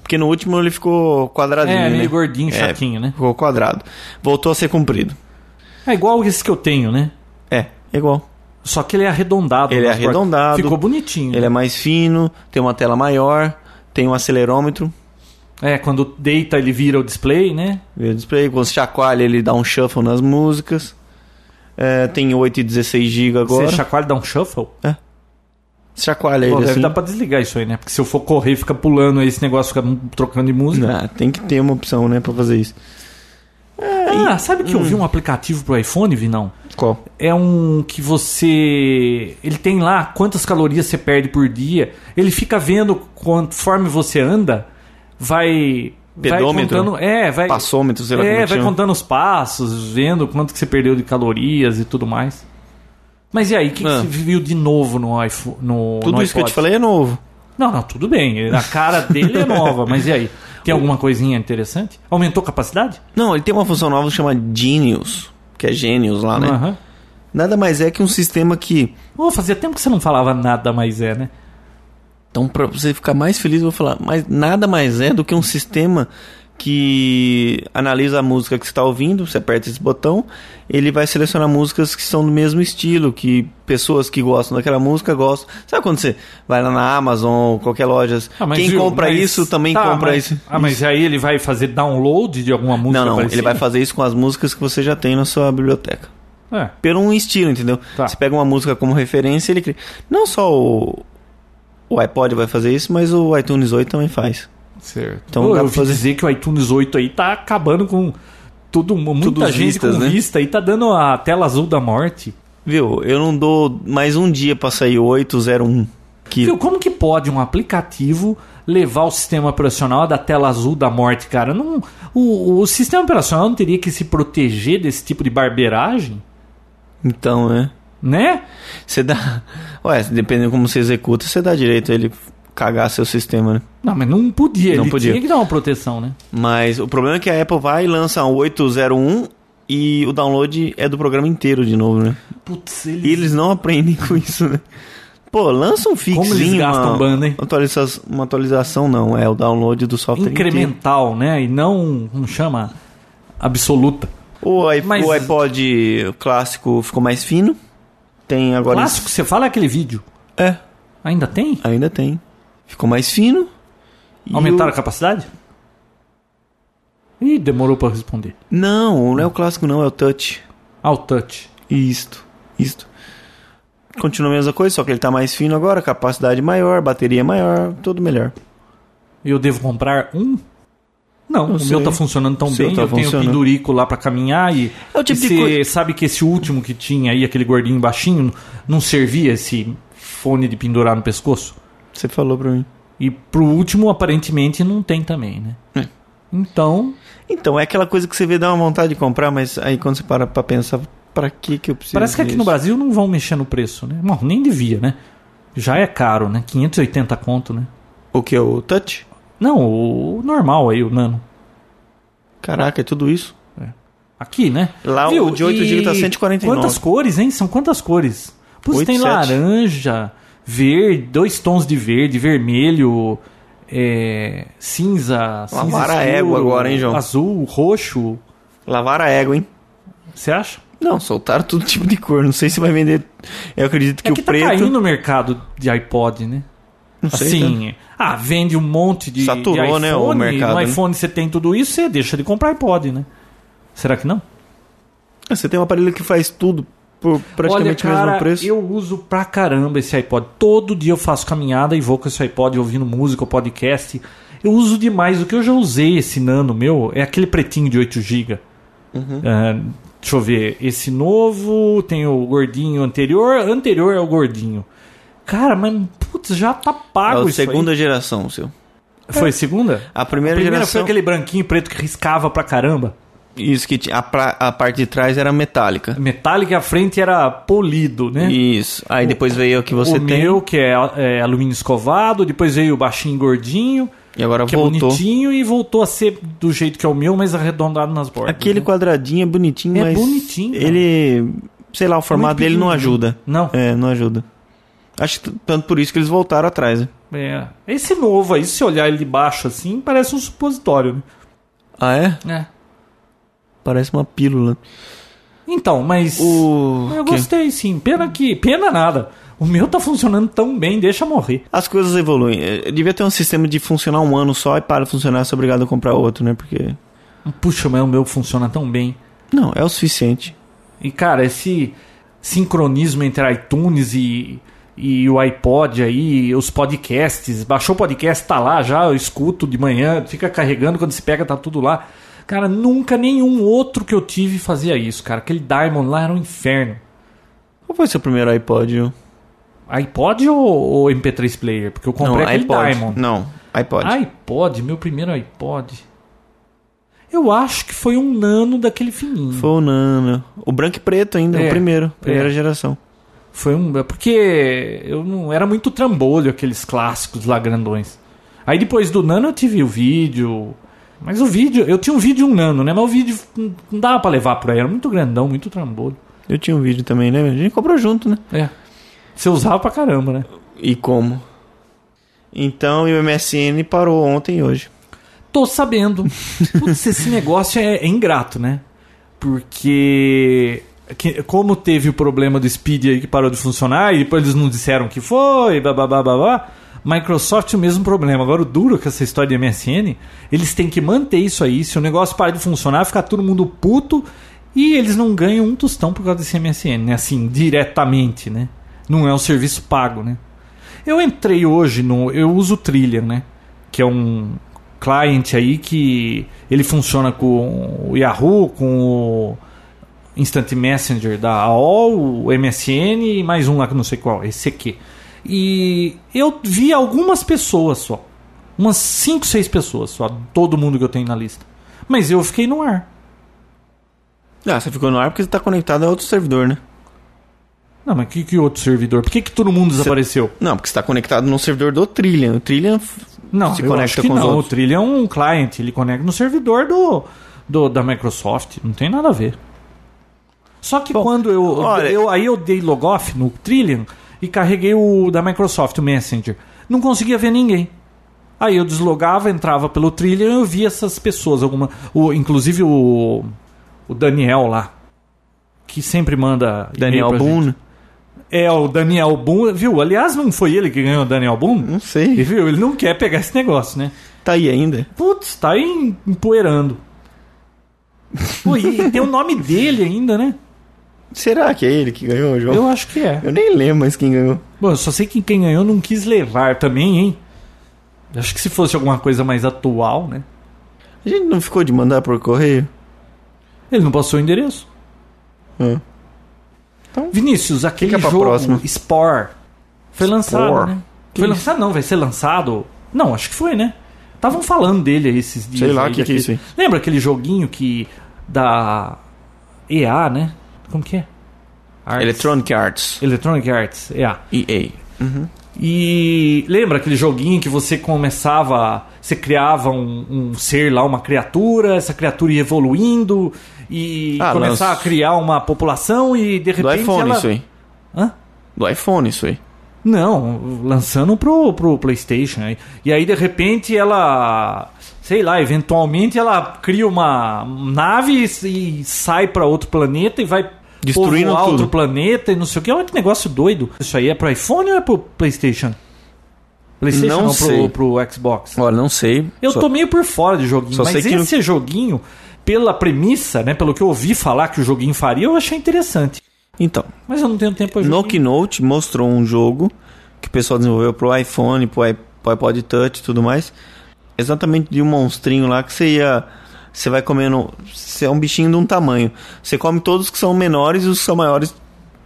Speaker 4: porque no último ele ficou quadradinho.
Speaker 3: Hum. É, meio
Speaker 4: né?
Speaker 3: gordinho,
Speaker 4: É,
Speaker 3: chatinho, né?
Speaker 4: Ficou quadrado. Voltou a ser comprido.
Speaker 3: É igual esse que eu tenho, né?
Speaker 4: É, é igual.
Speaker 3: Só que ele é arredondado.
Speaker 4: Ele é
Speaker 3: nas bordas.
Speaker 4: arredondado.
Speaker 3: Ficou bonitinho.
Speaker 4: Ele é mais fino, tem uma tela maior, tem um acelerômetro,
Speaker 3: é, quando deita ele vira o display, né?
Speaker 4: vê o display, quando você chacoalha ele dá um shuffle nas músicas. É, tem 8 e 16 GB agora.
Speaker 3: Você chacoalha dá um shuffle.
Speaker 4: Chacoalha ele
Speaker 3: Pô, deve
Speaker 4: assim.
Speaker 3: dar pra desligar isso aí, né? Porque se eu for correr, fica pulando aí, esse negócio fica trocando de música.
Speaker 4: Ah, tem que ter uma opção, né, pra fazer isso.
Speaker 3: Ah, sabe
Speaker 4: Hum.
Speaker 3: que eu vi um aplicativo pro iPhone, Vinão?
Speaker 4: Qual?
Speaker 3: É um que você. Ele tem lá quantas calorias você perde por dia. Ele fica vendo conforme você anda, vai.
Speaker 4: Pedômetro?
Speaker 3: Vai contando, é, vai.
Speaker 4: Passômetro, sei lá como
Speaker 3: é,
Speaker 4: é que
Speaker 3: vai
Speaker 4: chama.
Speaker 3: contando os passos, vendo quanto que você perdeu de calorias e tudo mais. Mas e aí, o que, que
Speaker 4: Ah.
Speaker 3: você viu de novo no iPhone? No,
Speaker 4: Tudo
Speaker 3: no
Speaker 4: isso que eu te
Speaker 3: iPod?
Speaker 4: falei é novo.
Speaker 3: Não, não, tudo bem. A cara dele é nova, mas e aí? Tem alguma coisinha interessante? Aumentou a capacidade?
Speaker 4: Não, ele tem uma função nova que chama Genius, que é Genius lá, né?
Speaker 3: Aham.
Speaker 4: Nada mais é que um sistema que...
Speaker 3: Ô, fazia tempo que você não falava nada mais é, né?
Speaker 4: Então, pra você ficar mais feliz, eu vou falar, mas nada mais é do que um sistema que analisa a música que você está ouvindo, você aperta esse botão, ele vai selecionar músicas que são do mesmo estilo, que pessoas que gostam daquela música gostam. Sabe quando você vai lá na Amazon, qualquer loja,
Speaker 3: Ah, mas,
Speaker 4: quem
Speaker 3: viu,
Speaker 4: compra
Speaker 3: mas-
Speaker 4: isso também
Speaker 3: tá,
Speaker 4: compra
Speaker 3: mas-
Speaker 4: isso.
Speaker 3: Ah, mas aí ele vai fazer download de alguma música
Speaker 4: Não, não, ele
Speaker 3: parecida?
Speaker 4: vai fazer isso com as músicas que você já tem na sua biblioteca.
Speaker 3: É.
Speaker 4: Pelo um estilo, entendeu?
Speaker 3: Tá.
Speaker 4: Você pega uma música como referência, ele cria. Não só o, o iPod vai fazer isso, mas o iTunes 8 também faz.
Speaker 3: Certo.
Speaker 4: Então
Speaker 3: Pô, eu
Speaker 4: dá pra
Speaker 3: ouvi
Speaker 4: fazer-
Speaker 3: dizer que o iTunes 8 aí tá acabando com todo mu- muita
Speaker 4: Todos os
Speaker 3: gente
Speaker 4: vistas,
Speaker 3: com
Speaker 4: né?
Speaker 3: vista aí tá dando a tela azul da morte.
Speaker 4: Viu? Eu não dou mais um dia pra sair o 801. Que
Speaker 3: Viu, como que pode um aplicativo levar o sistema operacional da tela azul da morte, cara? Não, o, o sistema operacional não teria que se proteger desse tipo de barbeiragem,
Speaker 4: Então, né?
Speaker 3: né?
Speaker 4: Você dá. Ué, dependendo como você executa, você dá direito a ele cagar seu sistema, né?
Speaker 3: Não, mas não podia,
Speaker 4: Não
Speaker 3: ele
Speaker 4: podia.
Speaker 3: tinha que dar uma proteção, né?
Speaker 4: Mas o problema é que a Apple vai e lança um 801 e o download é do programa inteiro de novo, né?
Speaker 3: Putz,
Speaker 4: E eles não aprendem com isso, né? Pô, lança um fixinho.
Speaker 3: Como eles gastam
Speaker 4: uma,
Speaker 3: banda, hein?
Speaker 4: atualiza- uma atualização não, é o download do software inteiro.
Speaker 3: incremental, né? E não, não chama absoluta.
Speaker 4: O, i-
Speaker 3: Mas-
Speaker 4: o iPod clássico ficou mais fino. Tem agora...
Speaker 3: Clássico, você fala aquele vídeo.
Speaker 4: É,
Speaker 3: Ainda tem?
Speaker 4: ainda tem. Ficou mais fino. E
Speaker 3: Aumentaram
Speaker 4: o-
Speaker 3: a capacidade? Ih, demorou pra eu responder.
Speaker 4: Não, não é o clássico não, é o touch.
Speaker 3: Ah, o touch.
Speaker 4: Isto, isto. Continua a mesma coisa, só que ele tá mais fino agora, capacidade maior, bateria maior, tudo melhor.
Speaker 3: Eu devo comprar um? Não,
Speaker 4: Não
Speaker 3: o
Speaker 4: sei.
Speaker 3: meu tá funcionando tão
Speaker 4: O seu
Speaker 3: bem,
Speaker 4: tá
Speaker 3: eu tenho o
Speaker 4: funcionando.
Speaker 3: pendurico lá pra caminhar e
Speaker 4: É o tipo
Speaker 3: e
Speaker 4: de
Speaker 3: cê
Speaker 4: coi-
Speaker 3: sabe que esse último que tinha aí, aquele gordinho baixinho, não servia esse fone de pendurar no pescoço?
Speaker 4: Você falou pra mim.
Speaker 3: E pro último aparentemente não tem também, né?
Speaker 4: É.
Speaker 3: Então,
Speaker 4: Então, é aquela coisa que você vê dá uma vontade de comprar, mas aí quando você para pra pensar, pra que que eu preciso
Speaker 3: Parece que aqui no
Speaker 4: disso?
Speaker 3: Brasil não vão mexer no preço, né? Bom, nem devia, né? Já é caro, né? 580 conto, né?
Speaker 4: O que, o touch?
Speaker 3: Não, o normal aí, o nano.
Speaker 4: Caraca, é tudo isso?
Speaker 3: Aqui, né?
Speaker 4: Lá o de 8 GB tá 149.
Speaker 3: Quantas cores, hein? São quantas cores? Putz,
Speaker 4: Oito,
Speaker 3: tem
Speaker 4: sete.
Speaker 3: laranja, verde, dois tons de verde, vermelho, é, cinza, cinza
Speaker 4: Lavar a
Speaker 3: escuro,
Speaker 4: é égua agora, hein, João?
Speaker 3: azul, roxo.
Speaker 4: Lavar a égua, hein?
Speaker 3: Você acha?
Speaker 4: Não, soltaram todo tipo de cor, não sei se vai vender. Eu acredito que
Speaker 3: é
Speaker 4: o
Speaker 3: que tá
Speaker 4: preto...
Speaker 3: caindo no mercado de iPod, né?
Speaker 4: Não sei, né?
Speaker 3: assim, ah, vende um monte de,
Speaker 4: Saturou,
Speaker 3: de
Speaker 4: né, o
Speaker 3: iPhone,
Speaker 4: mercado,
Speaker 3: no
Speaker 4: né?
Speaker 3: iPhone você tem tudo isso, você deixa de comprar iPod, né? Será que não?
Speaker 4: Você tem um aparelho que faz tudo por praticamente
Speaker 3: Olha,
Speaker 4: o
Speaker 3: cara,
Speaker 4: mesmo preço. É
Speaker 3: eu uso pra caramba esse iPod. Todo dia eu faço caminhada e vou com esse iPod ouvindo música, podcast. Eu uso demais. O que eu já usei esse Nano meu é aquele pretinho de 8 GB.
Speaker 4: Uhum.
Speaker 3: deixa eu ver. Esse novo, tem o gordinho anterior. Anterior é o gordinho. Cara, mas putz, já tá
Speaker 4: É
Speaker 3: pago
Speaker 4: a
Speaker 3: isso aí.
Speaker 4: segunda geração, o seu.
Speaker 3: Foi segunda?
Speaker 4: A primeira,
Speaker 3: primeira foi
Speaker 4: geração...
Speaker 3: aquele branquinho e preto que riscava pra caramba.
Speaker 4: Isso que ti- a, pra- a parte de trás era metálica.
Speaker 3: Metálico e a frente era polido, né?
Speaker 4: Isso. Aí depois veio a que você
Speaker 3: o
Speaker 4: tem.
Speaker 3: meu, que é, é, alumínio escovado, depois veio o baixinho e gordinho,
Speaker 4: E agora
Speaker 3: que é
Speaker 4: voltou.
Speaker 3: bonitinho e voltou a ser do jeito que é o meu, mas arredondado nas bordas.
Speaker 4: Aquele
Speaker 3: né?
Speaker 4: quadradinho é bonitinho,
Speaker 3: É
Speaker 4: mas.
Speaker 3: bonitinho, cara.
Speaker 4: Ele. Sei lá, o formato dele não
Speaker 3: pequenininho.
Speaker 4: ajuda.
Speaker 3: Não,
Speaker 4: É, não ajuda. Acho que t- tanto por isso que eles voltaram atrás. né?
Speaker 3: é. Esse novo aí, se olhar ele de baixo assim, parece um supositório,
Speaker 4: Ah, é?
Speaker 3: né?
Speaker 4: Parece uma pílula.
Speaker 3: Então, mas.
Speaker 4: O.
Speaker 3: Eu
Speaker 4: quê?
Speaker 3: gostei sim. Pena que. Pena nada. O meu tá funcionando tão bem, deixa morrer.
Speaker 4: As coisas evoluem. É, Devia ter um sistema de funcionar um ano só e para de funcionar, você é obrigado a comprar outro, né? Porque.
Speaker 3: Puxa, mas o meu funciona tão bem.
Speaker 4: Não, é o suficiente.
Speaker 3: E, cara, esse sincronismo entre iTunes e, e o iPod aí, os podcasts, baixou o podcast, tá lá já, eu escuto de manhã, fica carregando, quando se pega, tá tudo lá. Cara, nunca nenhum outro que eu tive fazia isso, cara. Aquele Diamond lá era um inferno.
Speaker 4: Qual foi seu primeiro iPod? Gil?
Speaker 3: iPod ou, ou MP3 Player? Porque eu comprei aquele Diamond.
Speaker 4: Não, iPod.
Speaker 3: iPod, meu primeiro iPod. Eu acho que foi um nano daquele fininho.
Speaker 4: Foi o Nano. O branco e preto ainda,
Speaker 3: É,
Speaker 4: o primeiro. Primeira
Speaker 3: é.
Speaker 4: geração.
Speaker 3: Foi um. é Porque eu não era muito trambolho aqueles clássicos lá grandões. Aí depois do Nano eu tive o vídeo. Mas o vídeo. Eu tinha um vídeo e um Nano, né? Mas o vídeo não- não dava pra levar por aí. Era muito grandão, muito trambolho.
Speaker 4: Eu tinha um vídeo também, né? A gente comprou junto, né?
Speaker 3: É. Você usava pra caramba, né?
Speaker 4: E como? Então, e o MSN parou ontem e hoje.
Speaker 3: Tô sabendo. Putz, esse negócio é, é ingrato, né? Porque que- como teve o problema do Speed aí que parou de funcionar e depois eles não disseram que foi, blá blá blá blá blá. Microsoft é o mesmo problema. Agora o duro com essa história de MSN, eles têm que manter isso aí. Se o negócio parar de funcionar, fica todo mundo puto e eles não ganham um tostão por causa desse MSN, né? Assim, diretamente, né? Não é um serviço pago, né? Eu entrei hoje no. Eu uso o Trillian, né? Que é um client aí que ele funciona com o Yahoo, com o Instant Messenger da AOL, o MSN e mais um lá que eu não sei qual, esse aqui. E eu vi algumas pessoas só. Umas 5, 6 pessoas só. Todo mundo que eu tenho na lista. Mas eu fiquei no ar.
Speaker 4: Ah, você ficou no ar porque você tá conectado a outro servidor, né?
Speaker 3: Não, mas que, que outro servidor? Por que, que todo mundo desapareceu?
Speaker 4: Não, porque você tá conectado no servidor do Trillian. O Trillian f-
Speaker 3: Não,
Speaker 4: se
Speaker 3: eu
Speaker 4: conecta
Speaker 3: acho que
Speaker 4: com os
Speaker 3: não. O
Speaker 4: outros.
Speaker 3: Trilha é um client, ele conecta no servidor do, do- da Microsoft, não tem nada a ver. Só que quando eu,
Speaker 4: olha-
Speaker 3: eu aí eu dei logoff no Trillion e carreguei o da Microsoft, o Messenger, não conseguia ver ninguém. Aí eu deslogava, entrava pelo Trillion e eu via essas pessoas, alguma, o, inclusive o, o Daniel lá, que sempre manda e-mail
Speaker 4: Daniel
Speaker 3: pra gente.
Speaker 4: Boone.
Speaker 3: É o Daniel Boone, viu? Aliás, não foi ele que ganhou o Daniel Boone?
Speaker 4: Não
Speaker 3: E
Speaker 4: sei.
Speaker 3: viu, ele não quer pegar esse negócio, né?
Speaker 4: Tá aí ainda.
Speaker 3: Putz, tá aí em- empoeirando. Pô, e tem o nome dele ainda, né?
Speaker 4: Será que é ele que ganhou o jogo?
Speaker 3: Eu acho que é.
Speaker 4: Eu nem lembro mais quem ganhou.
Speaker 3: Bom, eu só sei que quem ganhou não quis levar também, hein? Acho que se fosse alguma coisa mais atual, né?
Speaker 4: A gente não ficou de mandar por correio?
Speaker 3: Ele não passou o endereço.
Speaker 4: Ah. Então,
Speaker 3: Vinícius, aquele
Speaker 4: Fica é pra
Speaker 3: jogo
Speaker 4: próxima.
Speaker 3: Spore foi lançado,
Speaker 4: Spore.
Speaker 3: né? Foi lançado não, vai ser lançado. Não, acho que foi, né? Estavam falando dele aí esses dias.
Speaker 4: Sei lá
Speaker 3: aí
Speaker 4: o que, que é
Speaker 3: daquele-
Speaker 4: isso aí.
Speaker 3: Lembra aquele joguinho que da EA, né? Como que é? Arts.
Speaker 4: Electronic Arts.
Speaker 3: Electronic Arts, EA.
Speaker 4: EA.
Speaker 3: E lembra aquele joguinho que você começava, você criava um, um ser lá, uma criatura, essa criatura ia evoluindo e
Speaker 4: Ah,
Speaker 3: começar
Speaker 4: lança-
Speaker 3: a criar uma população e de
Speaker 4: Do
Speaker 3: repente
Speaker 4: iPhone
Speaker 3: ela...
Speaker 4: isso aí.
Speaker 3: Hã?
Speaker 4: Do iPhone isso aí.
Speaker 3: Não, lançando pro, pro PlayStation. aí. E aí, de repente, ela. Sei lá, eventualmente ela cria uma nave e sai pra outro planeta e vai.
Speaker 4: Destruindo
Speaker 3: povoar
Speaker 4: tudo.
Speaker 3: outro planeta e não sei o que. Olha que negócio doido. Isso aí é pro iPhone ou é pro PlayStation? PlayStation
Speaker 4: Não
Speaker 3: não,
Speaker 4: sei.
Speaker 3: pro, pro Xbox?
Speaker 4: Olha, não sei.
Speaker 3: Eu
Speaker 4: Só-
Speaker 3: tô meio por fora de joguinho,
Speaker 4: Só
Speaker 3: mas
Speaker 4: sei que não-
Speaker 3: esse joguinho, pela premissa, né? Pelo que eu ouvi falar que o joguinho faria, eu achei interessante.
Speaker 4: Então,
Speaker 3: Mas eu não tenho tempo pra
Speaker 4: no
Speaker 3: joguinho.
Speaker 4: Keynote mostrou um jogo que o pessoal desenvolveu pro iPhone, pro i- pro iPod Touch e tudo mais. Exatamente de um monstrinho lá que você ia. Você vai comendo. Você é um bichinho de um tamanho. Você come todos que são menores e os que são maiores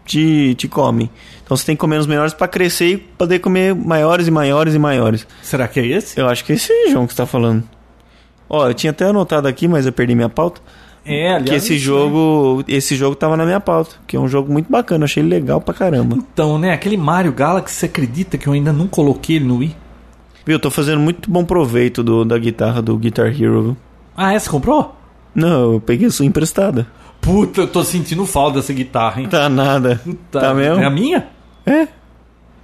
Speaker 4: te, te comem. Então você tem que comer os menores pra crescer e poder comer maiores e maiores e maiores.
Speaker 3: Será que é esse?
Speaker 4: Eu acho que é esse aí, João, que você tá falando. Ó, eu tinha até anotado aqui, mas eu perdi minha pauta.
Speaker 3: É, aliás,
Speaker 4: que esse
Speaker 3: isso,
Speaker 4: jogo, esse jogo tava na minha pauta, que é um jogo muito bacana, achei ele legal pra caramba.
Speaker 3: Então, né? Aquele Mario Galaxy, você acredita que eu ainda não coloquei ele no Wii?
Speaker 4: Viu, tô fazendo muito bom proveito do, da guitarra do Guitar Hero. viu?
Speaker 3: Ah, é? Você comprou?
Speaker 4: Não, eu peguei a sua emprestada.
Speaker 3: Puta, eu tô sentindo falta dessa guitarra, hein?
Speaker 4: Tá nada. Tá
Speaker 3: É a
Speaker 4: mesmo?
Speaker 3: minha?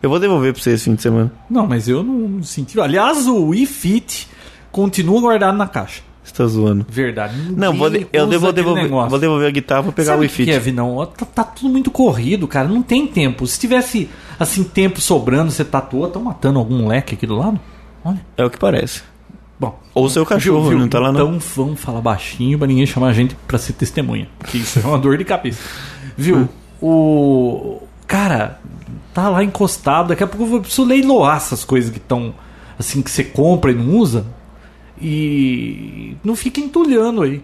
Speaker 4: Eu vou devolver pra você esse fim de semana.
Speaker 3: Não, mas eu não senti. Aliás, o Wii Fit continua guardado na caixa.
Speaker 4: Você tá zoando.
Speaker 3: Verdade.
Speaker 4: Não, vou de- eu devo- vou devolver, vou devolver a guitarra, vou pegar
Speaker 3: Sabe
Speaker 4: o Wii
Speaker 3: que
Speaker 4: Fit.
Speaker 3: que é, Vinão? Ó, Tá, tá tudo muito corrido, cara. Não tem tempo. Se tivesse, assim, tempo sobrando, você tatua, tá matando algum leque aqui do lado? Olha.
Speaker 4: É o que parece.
Speaker 3: Bom,
Speaker 4: Ou seu cachorro,
Speaker 3: Viu, viu?
Speaker 4: não tá lá não.
Speaker 3: Então vamos falar baixinho pra ninguém chamar a gente pra ser testemunha. Que isso é uma dor de cabeça.
Speaker 4: Hum.
Speaker 3: Viu? O. Cara, tá lá encostado. Daqui a pouco eu vou- preciso leiloar essas coisas que estão. Assim, que você compra e não usa. E. Não fica entulhando aí.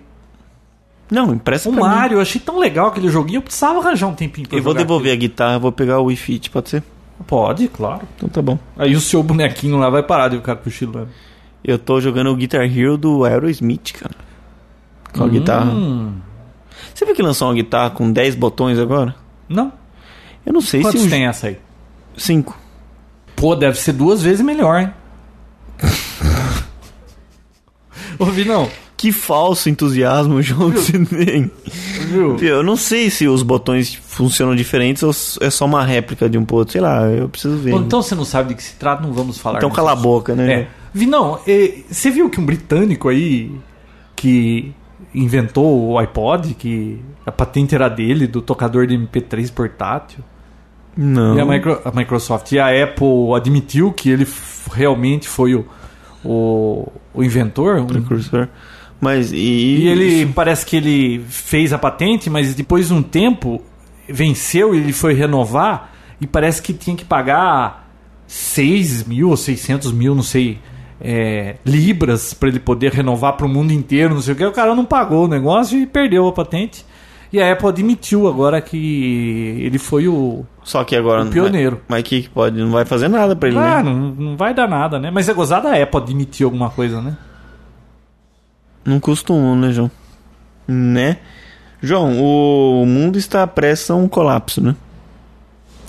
Speaker 4: Não, empresta
Speaker 3: O
Speaker 4: pra mim.
Speaker 3: Mario, eu achei tão legal aquele joguinho. Eu precisava arranjar um tempinho pra
Speaker 4: Eu vou
Speaker 3: jogar
Speaker 4: devolver a guitarra, vou pegar o Wii Fit, pode ser?
Speaker 3: aquilo. Pode, claro.
Speaker 4: Então tá bom.
Speaker 3: Aí o seu bonequinho lá vai parar de ficar cochilando.
Speaker 4: Eu tô jogando o Guitar Hero do Aerosmith, cara. Com a guitarra.
Speaker 3: Hum,
Speaker 4: Você viu que lançou uma guitarra com 10 botões agora?
Speaker 3: não.
Speaker 4: Eu não sei
Speaker 3: Quantos
Speaker 4: se...
Speaker 3: tem essa aí?
Speaker 4: 5.
Speaker 3: Pô, deve ser duas vezes melhor, hein? Ô, Vinão,
Speaker 4: Que falso entusiasmo, João, que você tem.
Speaker 3: viu?
Speaker 4: Eu não sei se os botões funcionam diferentes ou s- é só uma réplica de um pro outro. Sei lá, eu preciso ver.
Speaker 3: Bom, então você não sabe de que se trata, não vamos falar.
Speaker 4: Então
Speaker 3: nesse
Speaker 4: cala a
Speaker 3: assunto.
Speaker 4: boca, né?
Speaker 3: É. Vi, não, eh, você viu que um britânico aí que inventou o iPod, que a patente era dele, do tocador de MP3 portátil.
Speaker 4: Não.
Speaker 3: E a, Micro- a Microsoft e a Apple admitiu que ele f- realmente foi o, o, o inventor. um-
Speaker 4: Precursor. Mas e,
Speaker 3: e ele parece que ele fez a patente, mas depois de um tempo venceu e ele foi renovar e parece que tinha que pagar 6 mil ou 600 mil, não sei, é, libras para ele poder renovar para o mundo inteiro, não sei o que. O cara não pagou o negócio e perdeu a patente. E a Apple admitiu agora que ele foi o,
Speaker 4: Só que agora
Speaker 3: o
Speaker 4: não-
Speaker 3: pioneiro.
Speaker 4: Mas que que pode, não vai fazer nada pra ele,
Speaker 3: Ah,
Speaker 4: né?
Speaker 3: não, não vai dar nada, né? Mas é gozada a Apple admitir alguma coisa, né?
Speaker 4: Não custa um, né, João? Né? João, o mundo está prestes a um colapso, né?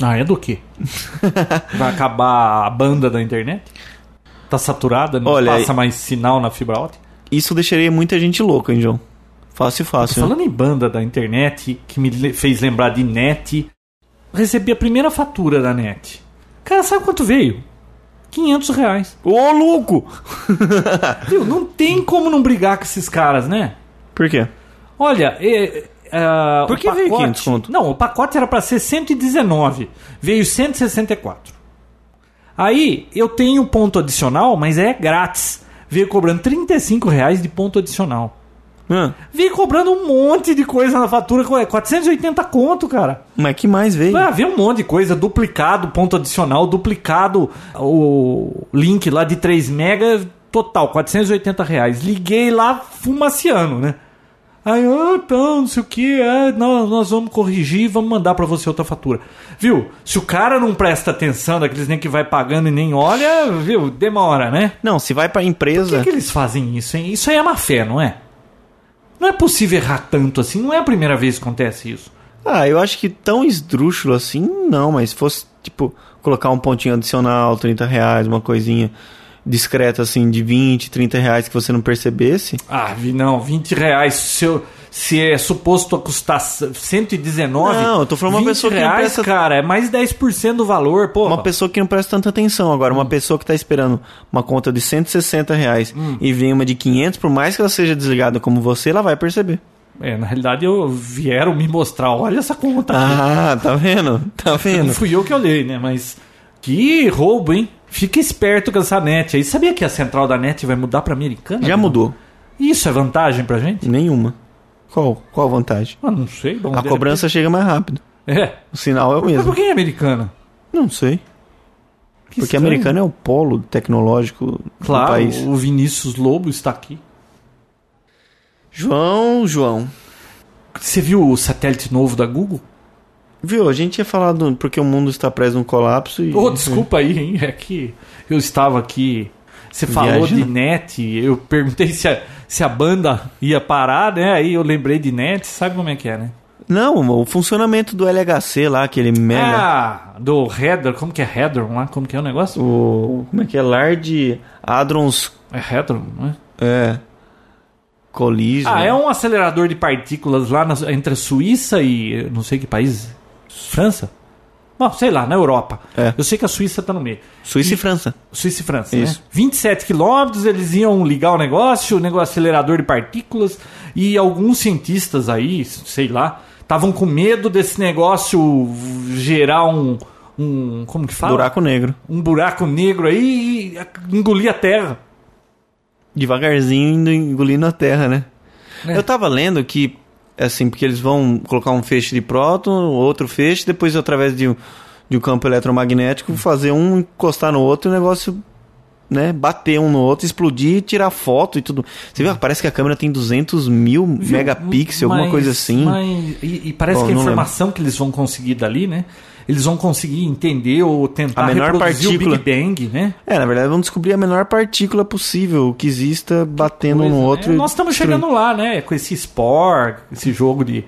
Speaker 3: Ah, é do quê? vai acabar a banda da internet? Tá saturada, não
Speaker 4: Olha,
Speaker 3: passa mais sinal na fibra ótica?
Speaker 4: Isso deixaria muita gente louca, hein, João? Fácil, fácil. né?
Speaker 3: Falando em banda da internet, que me le- fez lembrar de net, recebi a primeira fatura da net. Cara, sabe quanto veio? 500 reais.
Speaker 4: Ô, louco!
Speaker 3: Viu? Não tem como não brigar com esses caras, né?
Speaker 4: Por quê?
Speaker 3: Olha, é, é,
Speaker 4: Por
Speaker 3: o
Speaker 4: que veio 500 conto?
Speaker 3: Não, o pacote era para ser 119, veio 164. Aí eu tenho um ponto adicional, mas é grátis. Veio cobrando 35 reais de ponto adicional.
Speaker 4: Hã?
Speaker 3: Veio cobrando um monte de coisa na fatura, co- é 480 conto, cara.
Speaker 4: Mas que mais veio?
Speaker 3: Ah, veio um monte de coisa, duplicado, ponto adicional, duplicado o link lá de 3 mega, total, 480 reais. Liguei lá fumaciano, né? Aí, ah, então, não sei o que, é, nós, nós vamos corrigir e vamos mandar pra você outra fatura. Viu? Se o cara não presta atenção daqueles nem que vai pagando e nem olha, viu? Demora, né?
Speaker 4: Não, se vai pra
Speaker 3: Por
Speaker 4: empresa.
Speaker 3: que, que eles fazem isso, hein? Isso aí é má fé, não é? Não é possível errar tanto assim, não é a primeira vez que acontece isso.
Speaker 4: Ah, eu acho que tão esdrúxulo assim, não, mas se fosse, tipo, colocar um pontinho adicional, 30 reais, uma coisinha discreta assim, de 20, 30 reais que você não percebesse.
Speaker 3: Ah, Vi, não, 20 reais. Se, eu- se é suposto a custar c- 119.
Speaker 4: Não, eu tô falando uma
Speaker 3: 20
Speaker 4: pessoa que não
Speaker 3: reais,
Speaker 4: presta-
Speaker 3: cara, é mais 10% do valor, pô.
Speaker 4: Uma pessoa que não presta tanta atenção agora, uma pessoa que tá esperando uma conta de 160 reais e vem uma de 500, por mais que ela seja desligada como você, ela vai perceber.
Speaker 3: É, na realidade, eu vieram me mostrar, olha essa conta aqui.
Speaker 4: Ah, tá vendo? Tá
Speaker 3: Não
Speaker 4: vendo?
Speaker 3: fui eu que olhei, né? Mas que roubo, hein? Fica esperto com essa net aí. Sabia que a central da net vai mudar pra americana?
Speaker 4: Já mudou.
Speaker 3: Isso é vantagem pra gente?
Speaker 4: Nenhuma. Qual? Qual a vantagem?
Speaker 3: Ah, não sei. bom,
Speaker 4: A
Speaker 3: de
Speaker 4: cobrança chega mais rápido.
Speaker 3: repente- É.
Speaker 4: O sinal é o
Speaker 3: Mas
Speaker 4: mesmo.
Speaker 3: por que é americana?
Speaker 4: Não sei.
Speaker 3: Que
Speaker 4: Porque
Speaker 3: estranho.
Speaker 4: americano é o polo tecnológico do
Speaker 3: Claro,
Speaker 4: país.
Speaker 3: o Vinícius Lobo está aqui.
Speaker 4: João, João.
Speaker 3: Você viu o satélite novo da Google?
Speaker 4: Viu, a gente ia falar do porque o mundo está preso num colapso e.
Speaker 3: Ô, desculpa aí, hein? É que eu estava aqui. Você falou
Speaker 4: Viajando.
Speaker 3: de net, eu perguntei se a, se a banda ia parar, né? Aí eu lembrei de net, sabe como é que é, né?
Speaker 4: Não, o funcionamento do LHC lá, aquele mega.
Speaker 3: Ah, do header, como que é header lá? Como que é o negócio?
Speaker 4: O. Como é que é? Large Hadrons.
Speaker 3: É header, não é?
Speaker 4: É. Collision.
Speaker 3: Ah, é um acelerador de partículas lá na- entre a Suíça e eu não sei que país. França? Bom, sei lá, na Europa.
Speaker 4: É.
Speaker 3: Eu sei que a Suíça tá no meio.
Speaker 4: Suíça e França.
Speaker 3: Suíça e França,
Speaker 4: Isso.
Speaker 3: né? 27 quilômetros, eles iam ligar o negócio, o negócio acelerador de partículas, e alguns cientistas aí, sei lá, estavam com medo desse negócio gerar um. um como que fala?
Speaker 4: Buraco negro.
Speaker 3: Um buraco negro aí e a- engolir a terra.
Speaker 4: Devagarzinho indo engolindo a terra, né?
Speaker 3: É.
Speaker 4: Eu tava lendo que. Assim, porque eles vão colocar um feixe de próton, outro feixe, depois através de um, de um campo eletromagnético fazer um encostar no outro e o negócio, né, bater um no outro, explodir, tirar foto e tudo. Você viu? Parece que a câmera tem 200 mil megapixels, alguma
Speaker 3: Mas-
Speaker 4: coisa assim.
Speaker 3: mas- e, e parece
Speaker 4: Bom,
Speaker 3: que a
Speaker 4: não lembro.
Speaker 3: informação que eles vão conseguir dali, né? Eles vão conseguir entender ou tentar
Speaker 4: A menor
Speaker 3: reproduzir
Speaker 4: partícula.
Speaker 3: o Big Bang, né?
Speaker 4: É, na verdade, vão descobrir a menor partícula possível que exista batendo
Speaker 3: coisa,
Speaker 4: no
Speaker 3: né?
Speaker 4: um outro. e
Speaker 3: Nós estamos
Speaker 4: destruindo.
Speaker 3: chegando lá, né? Com esse Spore, esse jogo de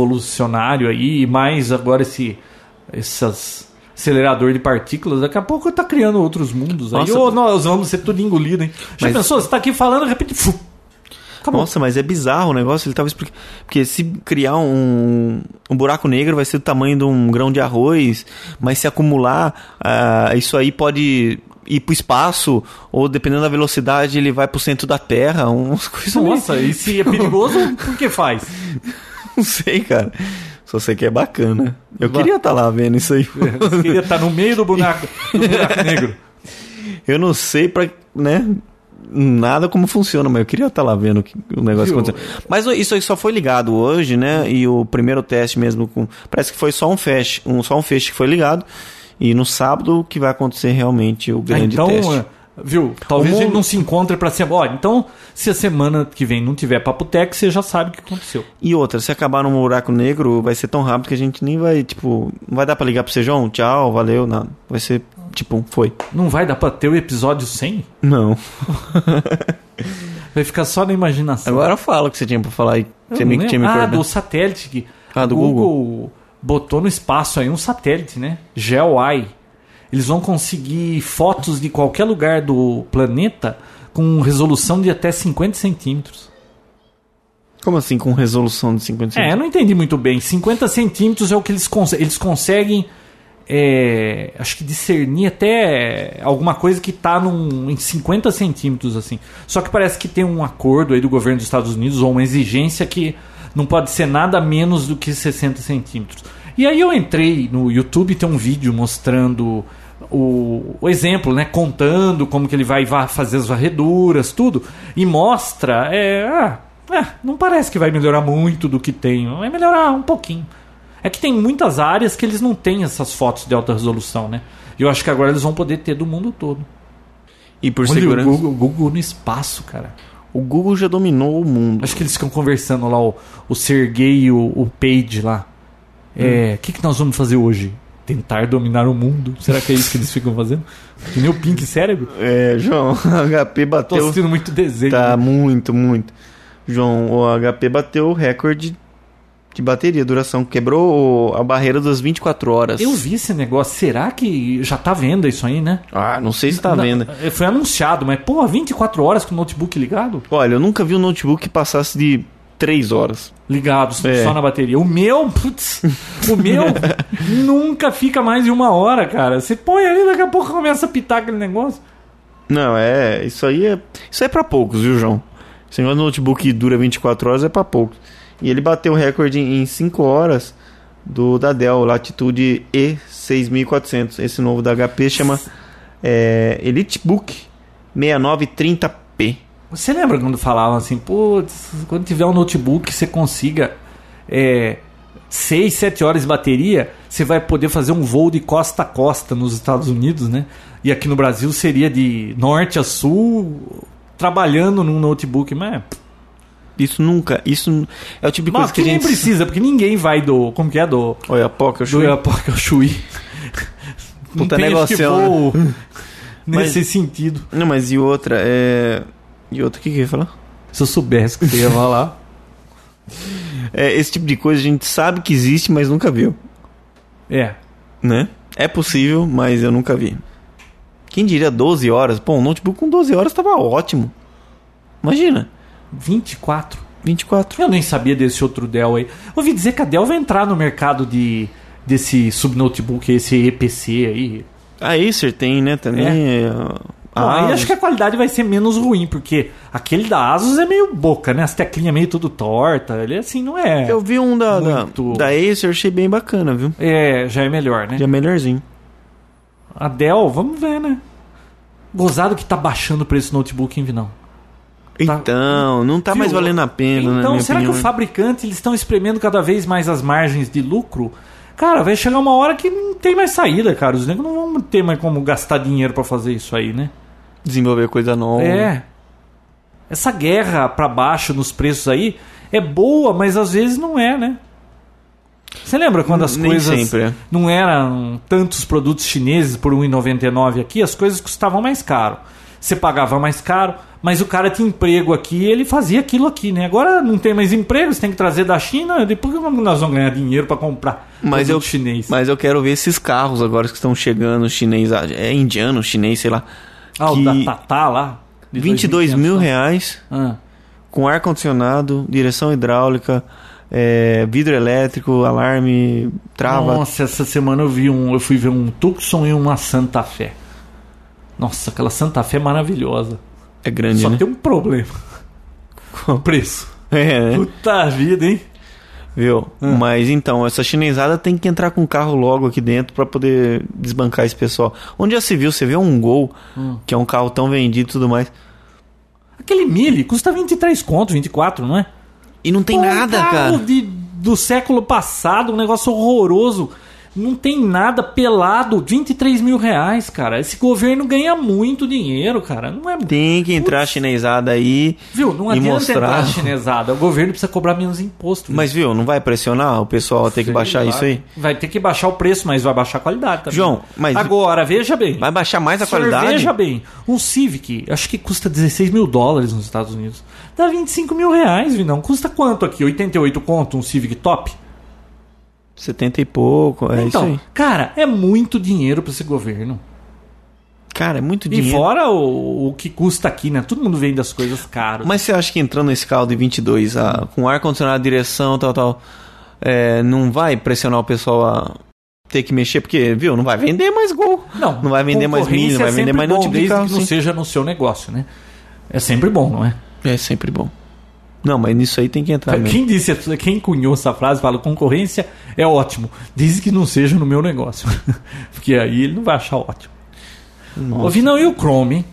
Speaker 3: evolucionário aí, e mais agora esse essas acelerador de partículas. Daqui a pouco tá criando outros mundos aí.
Speaker 4: Nossa.
Speaker 3: Ou nós vamos ser tudo engolido, hein? Já
Speaker 4: Mas-
Speaker 3: pensou? Você tá aqui falando, de repente. fu, Acabou.
Speaker 4: Nossa, mas é bizarro o negócio. Ele tava explicando. Porque se criar um, um buraco negro vai ser do tamanho de um grão de arroz, mas se acumular, ah, isso aí pode ir pro espaço, ou dependendo da velocidade, ele vai pro centro da Terra. Umas coisas meio-
Speaker 3: Nossa, e se é perigoso, por que faz?
Speaker 4: Não sei, cara. Só sei que é bacana. Eu
Speaker 3: Ba-
Speaker 4: queria estar lá vendo isso aí.
Speaker 3: Você queria estar no meio do buraco, do buraco negro.
Speaker 4: Eu não sei pra. né? Nada como funciona, mas eu queria estar lá vendo o que- o negócio
Speaker 3: Viu?
Speaker 4: acontecendo. Mas isso aí só foi ligado hoje, né? E o primeiro teste mesmo com. Parece que foi só um feixe, um, só um feixe que foi ligado. E no sábado que vai acontecer realmente o
Speaker 3: Ah,
Speaker 4: grande
Speaker 3: então,
Speaker 4: teste.
Speaker 3: eh, viu? Talvez
Speaker 4: O
Speaker 3: a gente
Speaker 4: mundo-
Speaker 3: não se encontre pra ser. Olha, então, se a semana que vem não tiver papo tech, você já sabe o que aconteceu.
Speaker 4: E outra, se acabar num buraco negro, vai ser tão rápido que a gente nem vai, tipo, não vai dar pra ligar pro Sejão, tchau, valeu, nada. Vai ser, tipo, foi.
Speaker 3: Não vai dar pra ter o episódio 100?
Speaker 4: Não.
Speaker 3: Vai ficar só na imaginação.
Speaker 4: Agora fala o que você tinha pra falar aí.
Speaker 3: Eu
Speaker 4: Você
Speaker 3: não
Speaker 4: me,
Speaker 3: lembro.
Speaker 4: tinha me
Speaker 3: ah,
Speaker 4: cortado.
Speaker 3: do satélite que
Speaker 4: Ah, do
Speaker 3: o Google, botou no espaço aí um satélite, né? GeoEye. Eles vão conseguir fotos de qualquer lugar do planeta com resolução de até 50 centímetros.
Speaker 4: Como assim, com resolução de 55?
Speaker 3: É, eu não entendi muito bem. 50 centímetros é o que eles, conse eles conseguem. é, acho que discernir até alguma coisa que está em 50 centímetros, assim. Só que parece que tem um acordo aí do governo dos Estados Unidos ou uma exigência que não pode ser nada menos do que 60 centímetros. E aí eu entrei no YouTube tem um vídeo mostrando o, o exemplo, né? Contando como que ele vai va- fazer as varreduras, tudo. E mostra. é, ah, é, não parece que vai melhorar muito do que tem. Vai melhorar um pouquinho. É que tem muitas áreas que eles não têm essas fotos de alta resolução, né? E eu acho que agora eles vão poder ter do mundo todo.
Speaker 4: E por
Speaker 3: Olha o
Speaker 4: segurança.
Speaker 3: Google, o Google no espaço, cara.
Speaker 4: O Google já dominou o mundo.
Speaker 3: Acho que eles ficam conversando lá, o, o Sergey e o, o Page lá. É, o que, que nós vamos fazer hoje? Tentar dominar o mundo? Será que é isso que eles ficam fazendo? Que nem o Pink Cérebro?
Speaker 4: É, João, o HP
Speaker 3: Tô
Speaker 4: bateu.
Speaker 3: assistindo muito desenho.
Speaker 4: Tá muito, muito. João, o HP bateu o recorde de bateria, duração. Quebrou o- a barreira das 24 horas.
Speaker 3: Eu vi esse negócio. Será que já tá vendo isso aí, né?
Speaker 4: Ah, não sei se tá
Speaker 3: Na-
Speaker 4: vendo.
Speaker 3: eh, Foi anunciado, mas, porra, 24 horas com o notebook ligado?
Speaker 4: Olha, eu nunca vi um notebook que passasse de 3 horas.
Speaker 3: ligados
Speaker 4: É.
Speaker 3: só na bateria. O meu, putz, o meu nunca fica mais de uma hora, cara. Você põe ali, daqui a pouco começa a pitar aquele negócio.
Speaker 4: Não, é. Isso aí é. Isso aí é pra poucos, viu, João? Esse negócio de notebook que dura 24 horas é pra poucos. E ele bateu o recorde em 5 horas do da Dell, Latitude E6400. Esse novo da HP chama é, EliteBook 6930P.
Speaker 3: Você lembra quando falavam assim, putz, quando tiver um notebook que você consiga é, 6, 7 horas de bateria, você vai poder fazer um voo de costa a costa nos Estados Unidos, né? E aqui no Brasil seria de norte a sul, trabalhando num notebook, mas
Speaker 4: Isso nunca. Isso n- é o tipo de
Speaker 3: Mas
Speaker 4: coisa que
Speaker 3: que
Speaker 4: a
Speaker 3: nem
Speaker 4: gente.
Speaker 3: precisa, porque ninguém vai do. Como que é? Do.
Speaker 4: Olha, poca, eu
Speaker 3: do
Speaker 4: chutei.
Speaker 3: Iapoca ao Chuí. Não
Speaker 4: é Puta
Speaker 3: tem acho que
Speaker 4: negocião,
Speaker 3: voo
Speaker 4: Mas-
Speaker 3: Nesse sentido.
Speaker 4: Não, mas e outra? É. E outra, o que, que eu ia falar?
Speaker 3: Se eu soubesse que você ia falar.
Speaker 4: É, esse tipo de coisa a gente sabe que existe, mas nunca viu.
Speaker 3: É.
Speaker 4: né? É possível, mas eu nunca vi. Quem diria 12 horas? Pô, um notebook com 12 horas tava ótimo. Imagina,
Speaker 3: 24.
Speaker 4: 24.
Speaker 3: Eu nem sabia desse outro Dell aí. Ouvi dizer que a Dell vai entrar no mercado de desse subnotebook, esse EPC aí.
Speaker 4: A Acer tem, né, também. é,
Speaker 3: Ah,
Speaker 4: a
Speaker 3: aí
Speaker 4: Asus.
Speaker 3: acho que a qualidade vai ser menos ruim, porque aquele da Asus é meio boca, né? As teclinhas meio tudo torta. Ele assim não é.
Speaker 4: Eu vi um da, da,
Speaker 3: Muito.
Speaker 4: da Acer, achei bem bacana, viu?
Speaker 3: É, já é melhor, né?
Speaker 4: Já melhorzinho.
Speaker 3: A Dell, vamos ver, né? Gozado que tá baixando o preço do notebook, hein, Vinão?
Speaker 4: Então, não tá
Speaker 3: Viu?
Speaker 4: mais valendo a pena, né?
Speaker 3: Então,
Speaker 4: minha
Speaker 3: será que o
Speaker 4: opinião.
Speaker 3: fabricante eles estão espremendo cada vez mais as margens de lucro? Cara, vai chegar uma hora que não tem mais saída, cara. Os negros não vão ter mais como gastar dinheiro pra fazer isso aí, né?
Speaker 4: Desenvolver coisa nova.
Speaker 3: É. Essa guerra pra baixo nos preços aí é boa, mas às vezes não é, né? Você lembra quando as
Speaker 4: Nem
Speaker 3: coisas
Speaker 4: sempre, é.
Speaker 3: não eram tantos produtos chineses por R$1,99 aqui, as coisas custavam mais caro. Você pagava mais caro, mas o cara tinha emprego aqui e ele fazia aquilo aqui, né? Agora não tem mais emprego, você tem que trazer da China, depois como nós vamos ganhar dinheiro pra comprar
Speaker 4: Mas
Speaker 3: produto
Speaker 4: eu,
Speaker 3: chinês?
Speaker 4: mas eu quero ver esses carros agora que estão chegando, chinês, ah, é indiano, chinês, sei lá.
Speaker 3: ah, o
Speaker 4: que
Speaker 3: da Tatá lá. de
Speaker 4: 22 mil
Speaker 3: 2.500.
Speaker 4: reais
Speaker 3: Ah.
Speaker 4: com ar-condicionado, direção hidráulica, é, vidro elétrico, alarme, trava.
Speaker 3: Nossa, essa semana eu vi um. Eu fui ver um Tucson e uma Santa Fé. Nossa, aquela Santa Fé é maravilhosa.
Speaker 4: É grande,
Speaker 3: Só
Speaker 4: né?
Speaker 3: tem um problema. Qual o preço?
Speaker 4: É, né?
Speaker 3: Puta vida, hein?
Speaker 4: Viu?
Speaker 3: Ah.
Speaker 4: Mas então, essa chinesada tem que entrar com o carro logo aqui dentro pra poder desbancar esse pessoal. Onde já se viu? Você vê um Gol,
Speaker 3: Hum.
Speaker 4: que é um carro tão vendido e tudo mais.
Speaker 3: Aquele Mille custa 23 conto, 24, não é?
Speaker 4: E não tem
Speaker 3: Pô,
Speaker 4: nada,
Speaker 3: carro
Speaker 4: cara.
Speaker 3: de- do século passado, um negócio horroroso. Não tem nada pelado, 23 mil reais, cara. Esse governo ganha muito dinheiro, cara. Não é
Speaker 4: Tem que entrar a chinesada aí.
Speaker 3: Viu? Não
Speaker 4: E
Speaker 3: adianta
Speaker 4: mostrar.
Speaker 3: entrar chinesada. O governo precisa cobrar menos imposto. né? viu?
Speaker 4: Mas viu, não vai pressionar o pessoal a ter que baixar
Speaker 3: Sei lá.
Speaker 4: isso aí?
Speaker 3: Vai ter que baixar o preço, mas vai baixar a qualidade também.
Speaker 4: João, mas-
Speaker 3: Agora, veja bem.
Speaker 4: Vai baixar mais a
Speaker 3: Senhor,
Speaker 4: qualidade?
Speaker 3: Veja bem, um Civic, acho que custa 16 mil dólares nos Estados Unidos. Dá 25 mil reais, Vinão. Custa quanto aqui? 88 conto um Civic top?
Speaker 4: 70 e pouco, é
Speaker 3: então,
Speaker 4: isso aí.
Speaker 3: cara, é muito dinheiro pra esse governo.
Speaker 4: Cara, é muito
Speaker 3: E
Speaker 4: dinheiro.
Speaker 3: fora o, o que custa aqui, né? Todo mundo vende as coisas caras.
Speaker 4: Mas você acha que entrando nesse carro de 22, a, ah, com ar-condicionado, direção, tal, tal, é, não vai pressionar o pessoal a ter que mexer? Porque, viu, não vai vender mais gol. Não vai vender mais
Speaker 3: concorrência
Speaker 4: milho, não vai
Speaker 3: é
Speaker 4: vender
Speaker 3: sempre
Speaker 4: mais nenhum
Speaker 3: bom,
Speaker 4: tipo de
Speaker 3: desde
Speaker 4: carro.
Speaker 3: que não
Speaker 4: sim.
Speaker 3: seja no seu negócio, né? É sempre bom, não é?
Speaker 4: É sempre bom. Não, mas nisso aí tem que entrar mesmo.
Speaker 3: Quem disse, essa- quem cunhou essa frase fala concorrência é ótimo, desde que não seja no meu negócio, porque aí ele não vai achar ótimo. Ô, Vinão, e o Chrome? hein?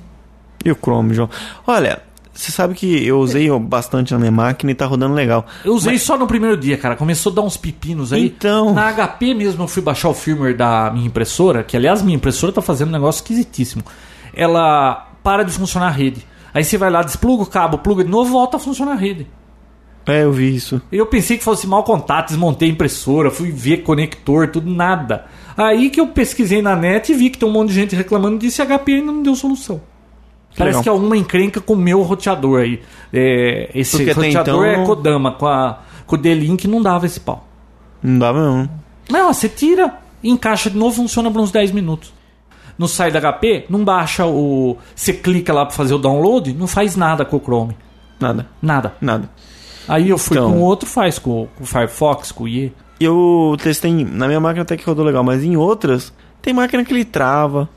Speaker 4: E o Chrome, João? Olha, você sabe que eu usei ó, bastante na minha máquina e tá rodando legal.
Speaker 3: Eu usei só no primeiro dia, cara. Começou a dar uns pepinos aí.
Speaker 4: Então.
Speaker 3: Na HP mesmo eu fui baixar o firmware da minha impressora, que aliás minha impressora tá fazendo um negócio esquisitíssimo. Ela para de funcionar a rede. Aí você vai lá, despluga o cabo, pluga de novo, volta a funcionar a rede.
Speaker 4: É, eu vi isso.
Speaker 3: Eu pensei que fosse mau contato, desmontei a impressora, fui ver conector, tudo, nada. Aí que eu pesquisei na net e vi que tem um monte de gente reclamando disso e a HP ainda não deu solução. Parece
Speaker 4: Legal.
Speaker 3: que alguma encrenca com o meu roteador aí. É, esse
Speaker 4: Porque até
Speaker 3: roteador
Speaker 4: então-
Speaker 3: é Kodama, com, a, com o D-Link não dava esse pau.
Speaker 4: Não dá mesmo.
Speaker 3: Não, você tira, encaixa de novo, funciona por uns 10 minutos. Não sai da HP, não baixa o. Você clica lá pra fazer o download, não faz nada com o Chrome.
Speaker 4: Nada,
Speaker 3: Nada.
Speaker 4: nada.
Speaker 3: Aí eu fui
Speaker 4: Então.
Speaker 3: com o outro, faz com, com o Firefox, com o IE.
Speaker 4: Eu testei em- na minha máquina até que rodou legal, mas em outras tem máquina que ele trava,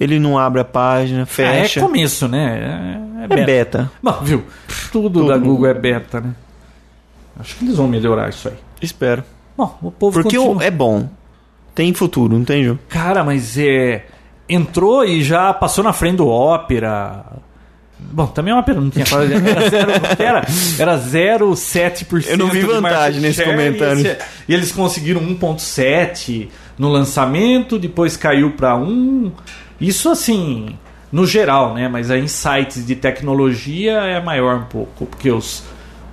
Speaker 4: ele não abre a página, fecha.
Speaker 3: Ah, é começo, né? É, é
Speaker 4: É
Speaker 3: beta.
Speaker 4: beta.
Speaker 3: Bom, viu? Tudo, da Google é beta, né? Acho que eles vão melhorar isso aí.
Speaker 4: Espero.
Speaker 3: Bom, o povo
Speaker 4: Porque o-
Speaker 3: continua.
Speaker 4: é bom. Tem futuro, não tem, Ju?
Speaker 3: Cara, mas é... Entrou e já passou na frente do Opera. Bom, também é uma pena, não tinha quase... Era, zero, era, era 0,7%.
Speaker 4: Eu não vi
Speaker 3: de
Speaker 4: vantagem
Speaker 3: market
Speaker 4: nesse
Speaker 3: share
Speaker 4: comentário.
Speaker 3: E, esse- e eles conseguiram 1,7% no lançamento, depois caiu para 1. Isso assim, no geral, né? Mas aí em sites de tecnologia é maior um pouco, porque os,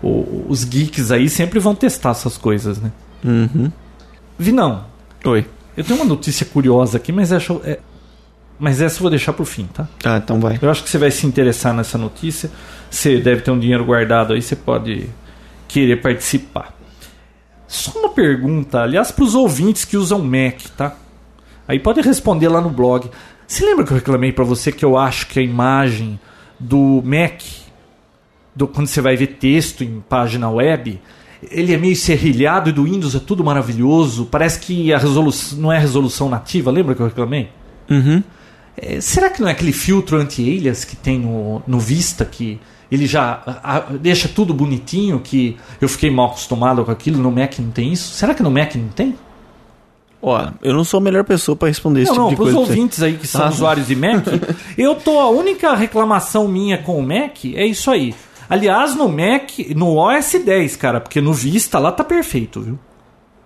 Speaker 3: o- os geeks aí sempre vão testar essas coisas, né?
Speaker 4: Uhum.
Speaker 3: Vinão,
Speaker 4: Oi.
Speaker 3: eu tenho uma notícia curiosa aqui, mas acho. é- mas essa eu vou deixar pro fim, tá?
Speaker 4: Ah, então vai.
Speaker 3: Eu acho que você vai se interessar nessa notícia. Você deve ter um dinheiro guardado aí, você pode querer participar. Só uma pergunta, aliás, pros ouvintes que usam Mac, tá? Aí pode responder lá no blog. Você lembra que eu reclamei pra você que eu acho que a imagem do Mac, do, quando você vai ver texto em página web, ele é meio serrilhado e do Windows é tudo maravilhoso. Parece que a resolução não é resolução nativa. Lembra que eu reclamei?
Speaker 4: Uhum.
Speaker 3: É, será que não é aquele filtro anti-alias que tem no, no Vista que ele já a- a- deixa tudo bonitinho que eu fiquei mal acostumado com aquilo, no Mac não tem isso? Será que no Mac não tem?
Speaker 4: Ó, eu não sou a melhor pessoa pra responder esse
Speaker 3: não, não,
Speaker 4: tipo de
Speaker 3: para os
Speaker 4: coisa. pra você.
Speaker 3: ouvintes aí que são
Speaker 4: Ah.
Speaker 3: usuários de Mac, eu tô a única reclamação minha com o Mac é isso aí. Aliás, no Mac, no OS 10, cara, porque no Vista lá tá perfeito, viu?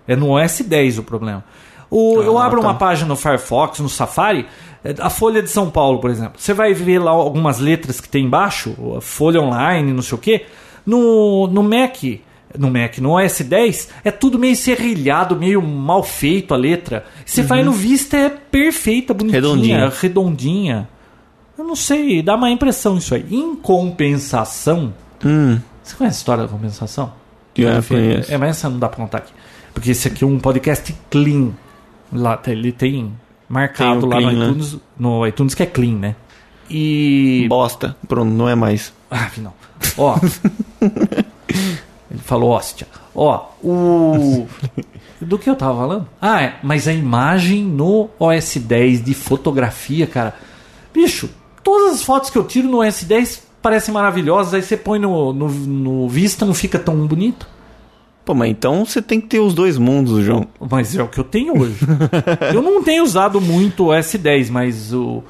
Speaker 3: É no OS 10 o problema. O, eu
Speaker 4: Ah,
Speaker 3: abro
Speaker 4: tá.
Speaker 3: uma página no Firefox, no Safari, é, a Folha de São Paulo, por exemplo. Você vai ver lá algumas letras que tem embaixo, a Folha Online, não sei o quê. No, no Mac, no Mac, no OS 10, é tudo meio serrilhado, meio mal feito a letra. Você vai no Vista, é perfeita, bonitinha,
Speaker 4: Uhum. Redondinha.
Speaker 3: redondinha. Eu não sei, dá uma impressão isso aí. Em compensação,
Speaker 4: Hum,
Speaker 3: você conhece a história da compensação?
Speaker 4: eu
Speaker 3: Enfim,
Speaker 4: conheço.
Speaker 3: É, mas essa não dá pra contar aqui. Porque esse aqui é um podcast clean. Lá, tá- ele tem marcado
Speaker 4: Tem o
Speaker 3: lá
Speaker 4: clean,
Speaker 3: no,
Speaker 4: né?
Speaker 3: iTunes, no iTunes que é clean, né? E.
Speaker 4: Um Bosta. Pronto, não é mais.
Speaker 3: Ah, não. Ó, Ele falou hóstia. Ó, o. Do que eu tava falando? Ah, é, mas a imagem no OS 10 de fotografia, cara. Bicho, todas as fotos que eu tiro no OS 10 parecem maravilhosas, aí você põe no, no, no Vista, não fica tão bonito.
Speaker 4: Pô, mas então você tem que ter os dois mundos, João.
Speaker 3: Mas é o que eu tenho hoje. eu não tenho usado muito o S10, mas o.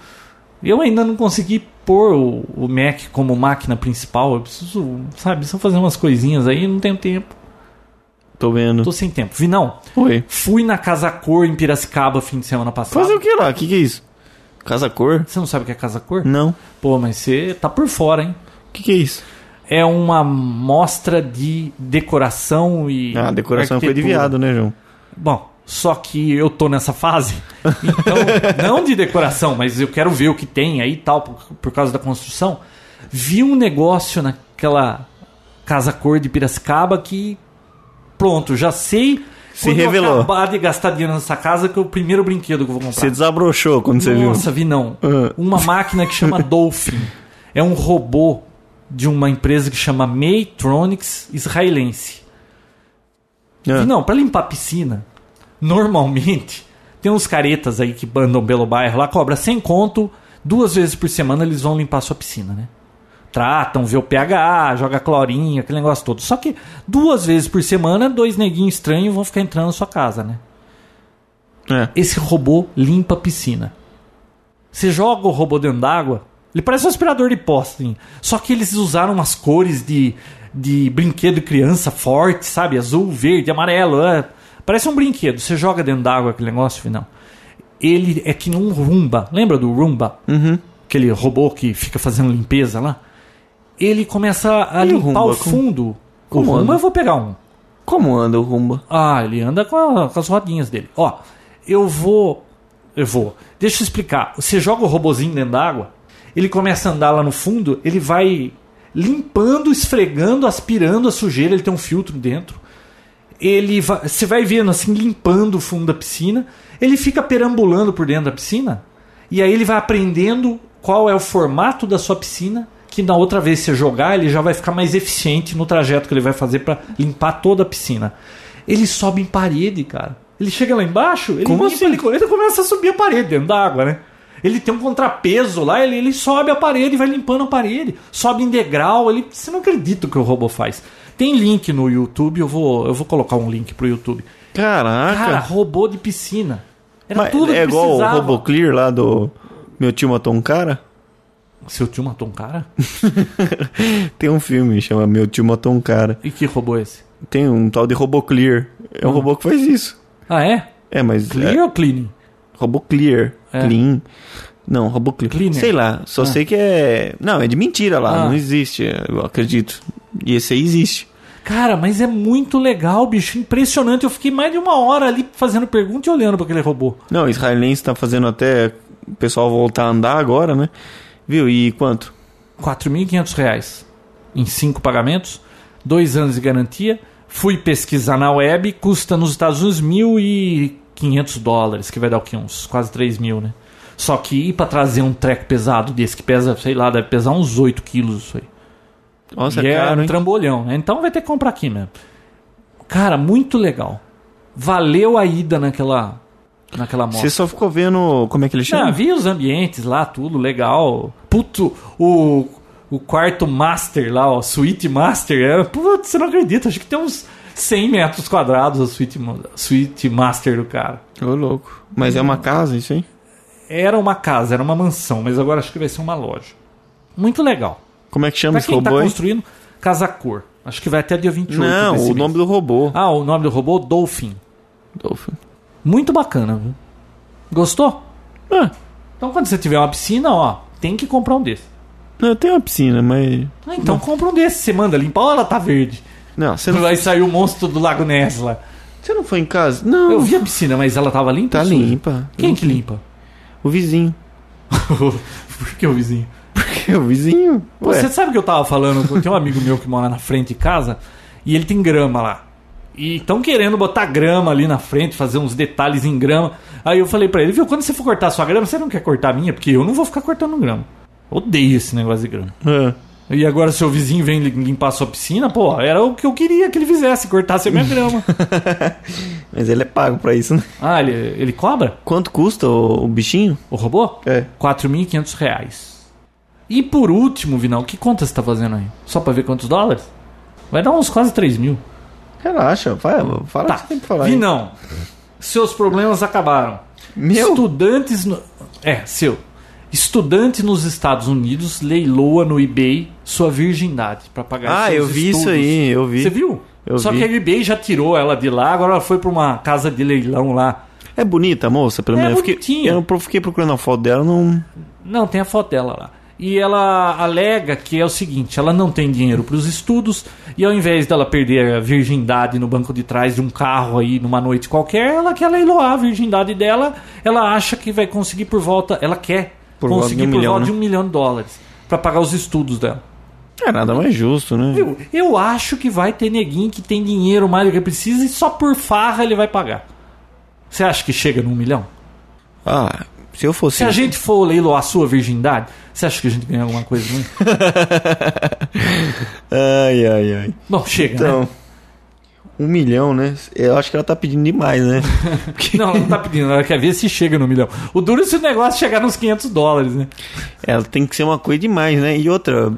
Speaker 3: Eu ainda não consegui pôr o, o Mac como máquina principal. Eu preciso, sabe, só fazer umas coisinhas aí, não tenho tempo.
Speaker 4: Tô vendo.
Speaker 3: Tô sem tempo. Vinão,
Speaker 4: Oi.
Speaker 3: fui na Casa Cor em Piracicaba fim de semana passado.
Speaker 4: Fazer o que lá? O que, que é isso? Casa cor?
Speaker 3: Você não sabe o que é Casa Cor?
Speaker 4: Não.
Speaker 3: Pô, mas você tá por fora, hein?
Speaker 4: O que, que é isso?
Speaker 3: É uma mostra de decoração e.
Speaker 4: Ah, a decoração foi de
Speaker 3: arquitetura.
Speaker 4: viado, né, João?
Speaker 3: Bom, só que eu tô nessa fase. Então, não de decoração, mas eu quero ver o que tem aí e tal, por, por causa da construção. Vi um negócio naquela casa cor de Piracicaba que. Pronto, já sei.
Speaker 4: Se
Speaker 3: quando eu
Speaker 4: revelou.
Speaker 3: acabar de gastar dinheiro nessa casa, que é o primeiro brinquedo que eu vou comprar.
Speaker 4: Você desabrochou quando você viu.
Speaker 3: Nossa, vi não.
Speaker 4: Ah.
Speaker 3: Uma máquina que chama Dolphin. É um robô de uma empresa que chama Maytronics israelense.
Speaker 4: Ah.
Speaker 3: E não, pra limpar a piscina, normalmente tem uns caretas aí que bandam pelo bairro lá, cobra sem conto, duas vezes por semana eles vão limpar a sua piscina, né? Tratam, vê o pH, joga clorinha, aquele negócio todo. Só que duas vezes por semana, dois neguinhos estranhos vão ficar entrando na sua casa, né?
Speaker 4: É.
Speaker 3: Esse robô limpa a piscina. Você joga o robô dentro d'água, ele parece um aspirador de pó, assim. Só que eles usaram umas cores de, de brinquedo criança forte, sabe? Azul, verde, amarelo. é. Parece um brinquedo. Você joga dentro d'água aquele negócio, final. Ele é que nem um Roomba. Lembra do Roomba?
Speaker 4: Uhum.
Speaker 3: Aquele robô que fica fazendo limpeza lá? Ele começa a
Speaker 4: E o
Speaker 3: limpar o,
Speaker 4: Roomba?
Speaker 3: fundo.
Speaker 4: como
Speaker 3: o Roomba
Speaker 4: anda?
Speaker 3: eu vou pegar um.
Speaker 4: Como anda o Rumba?
Speaker 3: Ah, ele anda com, a- com as rodinhas dele. Ó, eu vou. Eu vou. Deixa eu explicar. Você joga o robozinho dentro d'água, ele começa a andar lá no fundo, ele vai limpando, esfregando, aspirando a sujeira, ele tem um filtro dentro. Ele vai, você vai vendo assim, limpando o fundo da piscina, ele fica perambulando por dentro da piscina, e aí ele vai aprendendo qual é o formato da sua piscina, que na outra vez que você jogar, ele já vai ficar mais eficiente no trajeto que ele vai fazer para limpar toda a piscina. Ele sobe em parede, cara. Ele chega lá embaixo, ele
Speaker 4: Como
Speaker 3: limpa,
Speaker 4: assim?
Speaker 3: ele, co- ele começa a subir a parede dentro da água, né? Ele tem um contrapeso lá, ele, ele sobe a parede e vai limpando a parede. Sobe em degrau, ele, você não acredita o que o robô faz. Tem link no YouTube, eu vou, eu vou colocar um link pro YouTube.
Speaker 4: Caraca.
Speaker 3: Cara, robô de piscina. Era
Speaker 4: Ah, Mas
Speaker 3: tudo que
Speaker 4: é igual
Speaker 3: precisava.
Speaker 4: o Roboclear lá do Meu Tio Matou um Cara?
Speaker 3: Seu tio matou um cara?
Speaker 4: Tem um filme que chama Meu Tio Matou um Cara.
Speaker 3: E que robô é esse?
Speaker 4: Tem um tal de Roboclear. É um robô que faz isso.
Speaker 3: Ah, é?
Speaker 4: É, mas...
Speaker 3: Hum. Clear
Speaker 4: É,
Speaker 3: ou cleaning?
Speaker 4: Roboclear.
Speaker 3: É.
Speaker 4: Clean. Não, Roboclear.
Speaker 3: Cleaner.
Speaker 4: Sei lá. Só sei que é... Não, é de mentira lá.
Speaker 3: Ah.
Speaker 4: Não existe, eu acredito. E esse aí existe.
Speaker 3: Cara, mas é muito legal, bicho. Impressionante. Eu fiquei mais de uma hora ali fazendo pergunta e olhando pra aquele robô.
Speaker 4: Não, o israelense tá fazendo até o pessoal voltar a andar agora, né? Viu? E quanto?
Speaker 3: R$ reais em cinco pagamentos, dois anos de garantia. Fui pesquisar na web, custa nos Estados Unidos 1.500 dólares, que vai dar o quê? Uns quase 3 mil, né? Só que ir pra trazer um treco pesado desse, que pesa, sei lá, deve pesar uns 8 quilos isso aí.
Speaker 4: Nossa,
Speaker 3: e
Speaker 4: é caro,
Speaker 3: é um
Speaker 4: hein?
Speaker 3: trambolhão, né? Então vai ter que comprar aqui mesmo. Cara, muito legal. Valeu a ida naquela, naquela moto.
Speaker 4: Você só ficou vendo... Como é que ele chama?
Speaker 3: Não, vi os ambientes lá, tudo legal. Puto, o, o quarto master lá, ó, suíte master. É, putz, você não acredita, acho que tem uns 100 metros quadrados a suíte, ma- suíte master do cara.
Speaker 4: Ô, louco. Mas é
Speaker 3: Hum.
Speaker 4: uma casa isso aí?
Speaker 3: Era uma casa, era uma mansão, mas agora acho que vai ser uma loja. Muito legal.
Speaker 4: Como é que chama
Speaker 3: Pra
Speaker 4: esse
Speaker 3: quem tá
Speaker 4: robô aí?
Speaker 3: construindo, Casa Cor. Acho que vai até dia 28
Speaker 4: Não,
Speaker 3: desse
Speaker 4: o
Speaker 3: mês.
Speaker 4: nome do robô.
Speaker 3: Ah, o nome do robô? Dolphin.
Speaker 4: Dolphin.
Speaker 3: Muito bacana, viu? Gostou?
Speaker 4: Ah,
Speaker 3: Então quando você tiver uma piscina, ó, tem que comprar um desse.
Speaker 4: eu tenho uma piscina, mas...
Speaker 3: Ah, então compra um desses, você manda limpar, olha, ela tá verde.
Speaker 4: Não, você não,
Speaker 3: Vai sair o monstro do Lago Ness lá.
Speaker 4: você não foi em casa? Não,
Speaker 3: Eu vi a piscina, mas ela tava limpa?
Speaker 4: tá
Speaker 3: suja?
Speaker 4: limpa.
Speaker 3: Quem que limpa?
Speaker 4: O vizinho.
Speaker 3: Por que o vizinho?
Speaker 4: É o vizinho. Ué,
Speaker 3: Você sabe que eu tava falando, tem um amigo meu que mora na frente de casa e ele tem grama lá. E estão querendo botar grama ali na frente, fazer uns detalhes em grama. Aí eu falei pra ele, viu, quando você for cortar a sua grama, você não quer cortar a minha? Porque eu não vou ficar cortando grama. Odeio esse negócio de grama.
Speaker 4: ah,
Speaker 3: E agora seu vizinho vem lim- limpar sua piscina, pô, era o que eu queria que ele fizesse, cortasse a minha grama.
Speaker 4: Mas ele é pago pra isso, né?
Speaker 3: ah, ele, ele cobra?
Speaker 4: Quanto custa o, o bichinho?
Speaker 3: O robô?
Speaker 4: É.
Speaker 3: 4.500 reais. E por último, Vinal, que conta você tá fazendo aí? Só pra ver quantos dólares? Vai dar uns quase 3 mil. Tá.
Speaker 4: Relaxa, fala, fala o que você tem pra falar. aí.
Speaker 3: Vinão, seus problemas acabaram.
Speaker 4: Meu?
Speaker 3: Estudantes no... É, seu. Estudante nos Estados Unidos leiloa no eBay sua virgindade pra pagar
Speaker 4: Ah,
Speaker 3: seus
Speaker 4: eu vi isso
Speaker 3: estudos.
Speaker 4: aí, eu vi.
Speaker 3: Você viu?
Speaker 4: Eu
Speaker 3: Só
Speaker 4: vi.
Speaker 3: que a eBay já tirou ela de lá, agora ela foi pra uma casa de leilão lá.
Speaker 4: É bonita a moça, pelo
Speaker 3: É
Speaker 4: menos. Eu fiquei-
Speaker 3: bonitinha.
Speaker 4: Eu não fiquei procurando a foto dela, não.
Speaker 3: Não, tem a foto dela lá. E ela alega que é o seguinte: ela não tem dinheiro para os estudos, e ao invés dela perder a virgindade no banco de trás de um carro aí numa noite qualquer, ela quer leiloar a virgindade dela. Ela acha que vai conseguir por volta. Ela quer
Speaker 4: Por volta
Speaker 3: conseguir
Speaker 4: de um
Speaker 3: por
Speaker 4: milhão,
Speaker 3: volta de
Speaker 4: né?
Speaker 3: um milhão de dólares para pagar os estudos dela.
Speaker 4: É nada mais justo, né?
Speaker 3: Viu? Eu acho que vai ter neguinho que tem dinheiro mais do que precisa e só por farra ele vai pagar. Você acha que chega num milhão?
Speaker 4: Ah, se eu fosse.
Speaker 3: Se a gente for leiloar a sua virgindade, você acha que a gente ganha alguma coisa? Né?
Speaker 4: Ai, ai, ai.
Speaker 3: Bom, chega. né?
Speaker 4: Então. Um milhão, né? Eu acho que ela tá pedindo demais, né? Porque
Speaker 3: Não, ela não tá pedindo, ela quer ver se chega no milhão. O duro é se o negócio chegar nos 500 dólares, né?
Speaker 4: ela tem que ser uma coisa demais, né? E outra,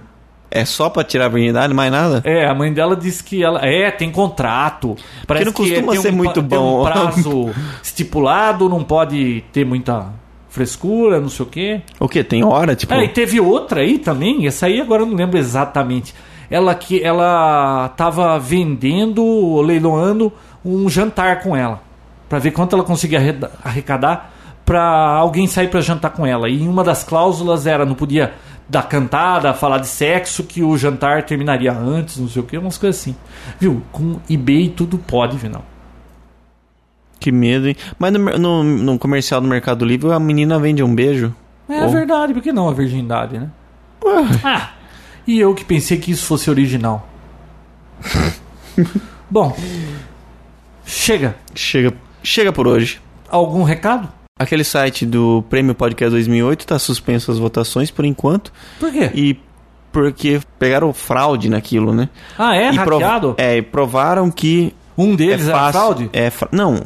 Speaker 4: é só pra tirar a virgindade, mais nada?
Speaker 3: É, a mãe dela disse que ela. É, tem contrato. Parece
Speaker 4: não costuma
Speaker 3: que é- tem
Speaker 4: ser
Speaker 3: pra-
Speaker 4: muito
Speaker 3: tem um
Speaker 4: bom.
Speaker 3: prazo estipulado, não pode ter muita frescura, não sei o quê.
Speaker 4: O quê? Tem hora? Tipo.
Speaker 3: É, e teve outra aí também, essa aí agora eu não lembro exatamente. Ela que ela tava vendendo, leiloando um jantar com ela, Pra ver quanto ela conseguia arreda- arrecadar pra alguém sair pra jantar com ela. E uma das cláusulas era não podia dar cantada, falar de sexo, que o jantar terminaria antes, não sei o que, umas coisas assim. Viu? Com eBay tudo pode, Vinal.
Speaker 4: Que medo, hein? Mas no, mer- no, no comercial do Mercado Livre a menina vende um beijo.
Speaker 3: É
Speaker 4: Ou-
Speaker 3: verdade, por que não a virgindade, né? Ah, e eu que pensei que isso fosse original. Bom, chega.
Speaker 4: Chega, chega por hoje.
Speaker 3: Algum recado?
Speaker 4: Aquele site do Prêmio Podcast 2008 tá suspenso as votações por enquanto.
Speaker 3: Por quê?
Speaker 4: E porque pegaram fraude naquilo, né?
Speaker 3: ah, é?
Speaker 4: e prov-
Speaker 3: Hackeado?
Speaker 4: É, e provaram que
Speaker 3: Um
Speaker 4: é
Speaker 3: deles é,
Speaker 4: fácil.
Speaker 3: fraude?
Speaker 4: É fra- Não,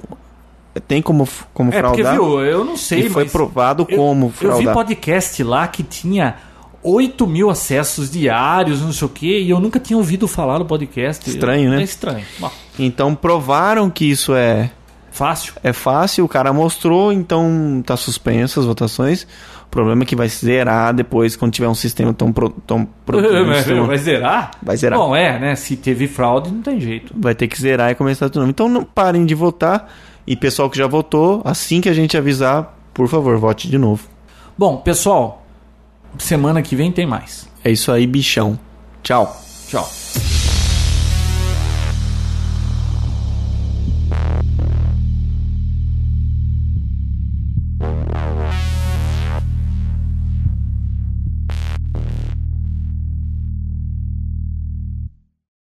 Speaker 4: tem como, f- como
Speaker 3: É, porque,
Speaker 4: fraudar.
Speaker 3: viu, eu não sei,
Speaker 4: e foi
Speaker 3: mas
Speaker 4: provado
Speaker 3: eu-
Speaker 4: como
Speaker 3: eu vi
Speaker 4: fraudar.
Speaker 3: podcast lá que tinha 8 mil acessos diários, não sei o quê, e eu nunca tinha ouvido falar no podcast.
Speaker 4: Estranho, né?
Speaker 3: É estranho. Bom,
Speaker 4: Então provaram que isso é
Speaker 3: fácil.
Speaker 4: É fácil, o cara mostrou, então tá suspenso as votações. O problema é que vai zerar depois quando tiver um sistema tão pro, tão produtivo, um sistema-
Speaker 3: Vai zerar?
Speaker 4: Vai zerar.
Speaker 3: Bom, é, né? Se teve fraude, não tem jeito.
Speaker 4: Vai ter que zerar e começar tudo. Então não parem de votar. E pessoal que já votou, assim que a gente avisar, por favor, vote de novo.
Speaker 3: Bom, pessoal, semana que vem tem mais.
Speaker 4: É isso aí, bichão. Tchau.
Speaker 3: Tchau.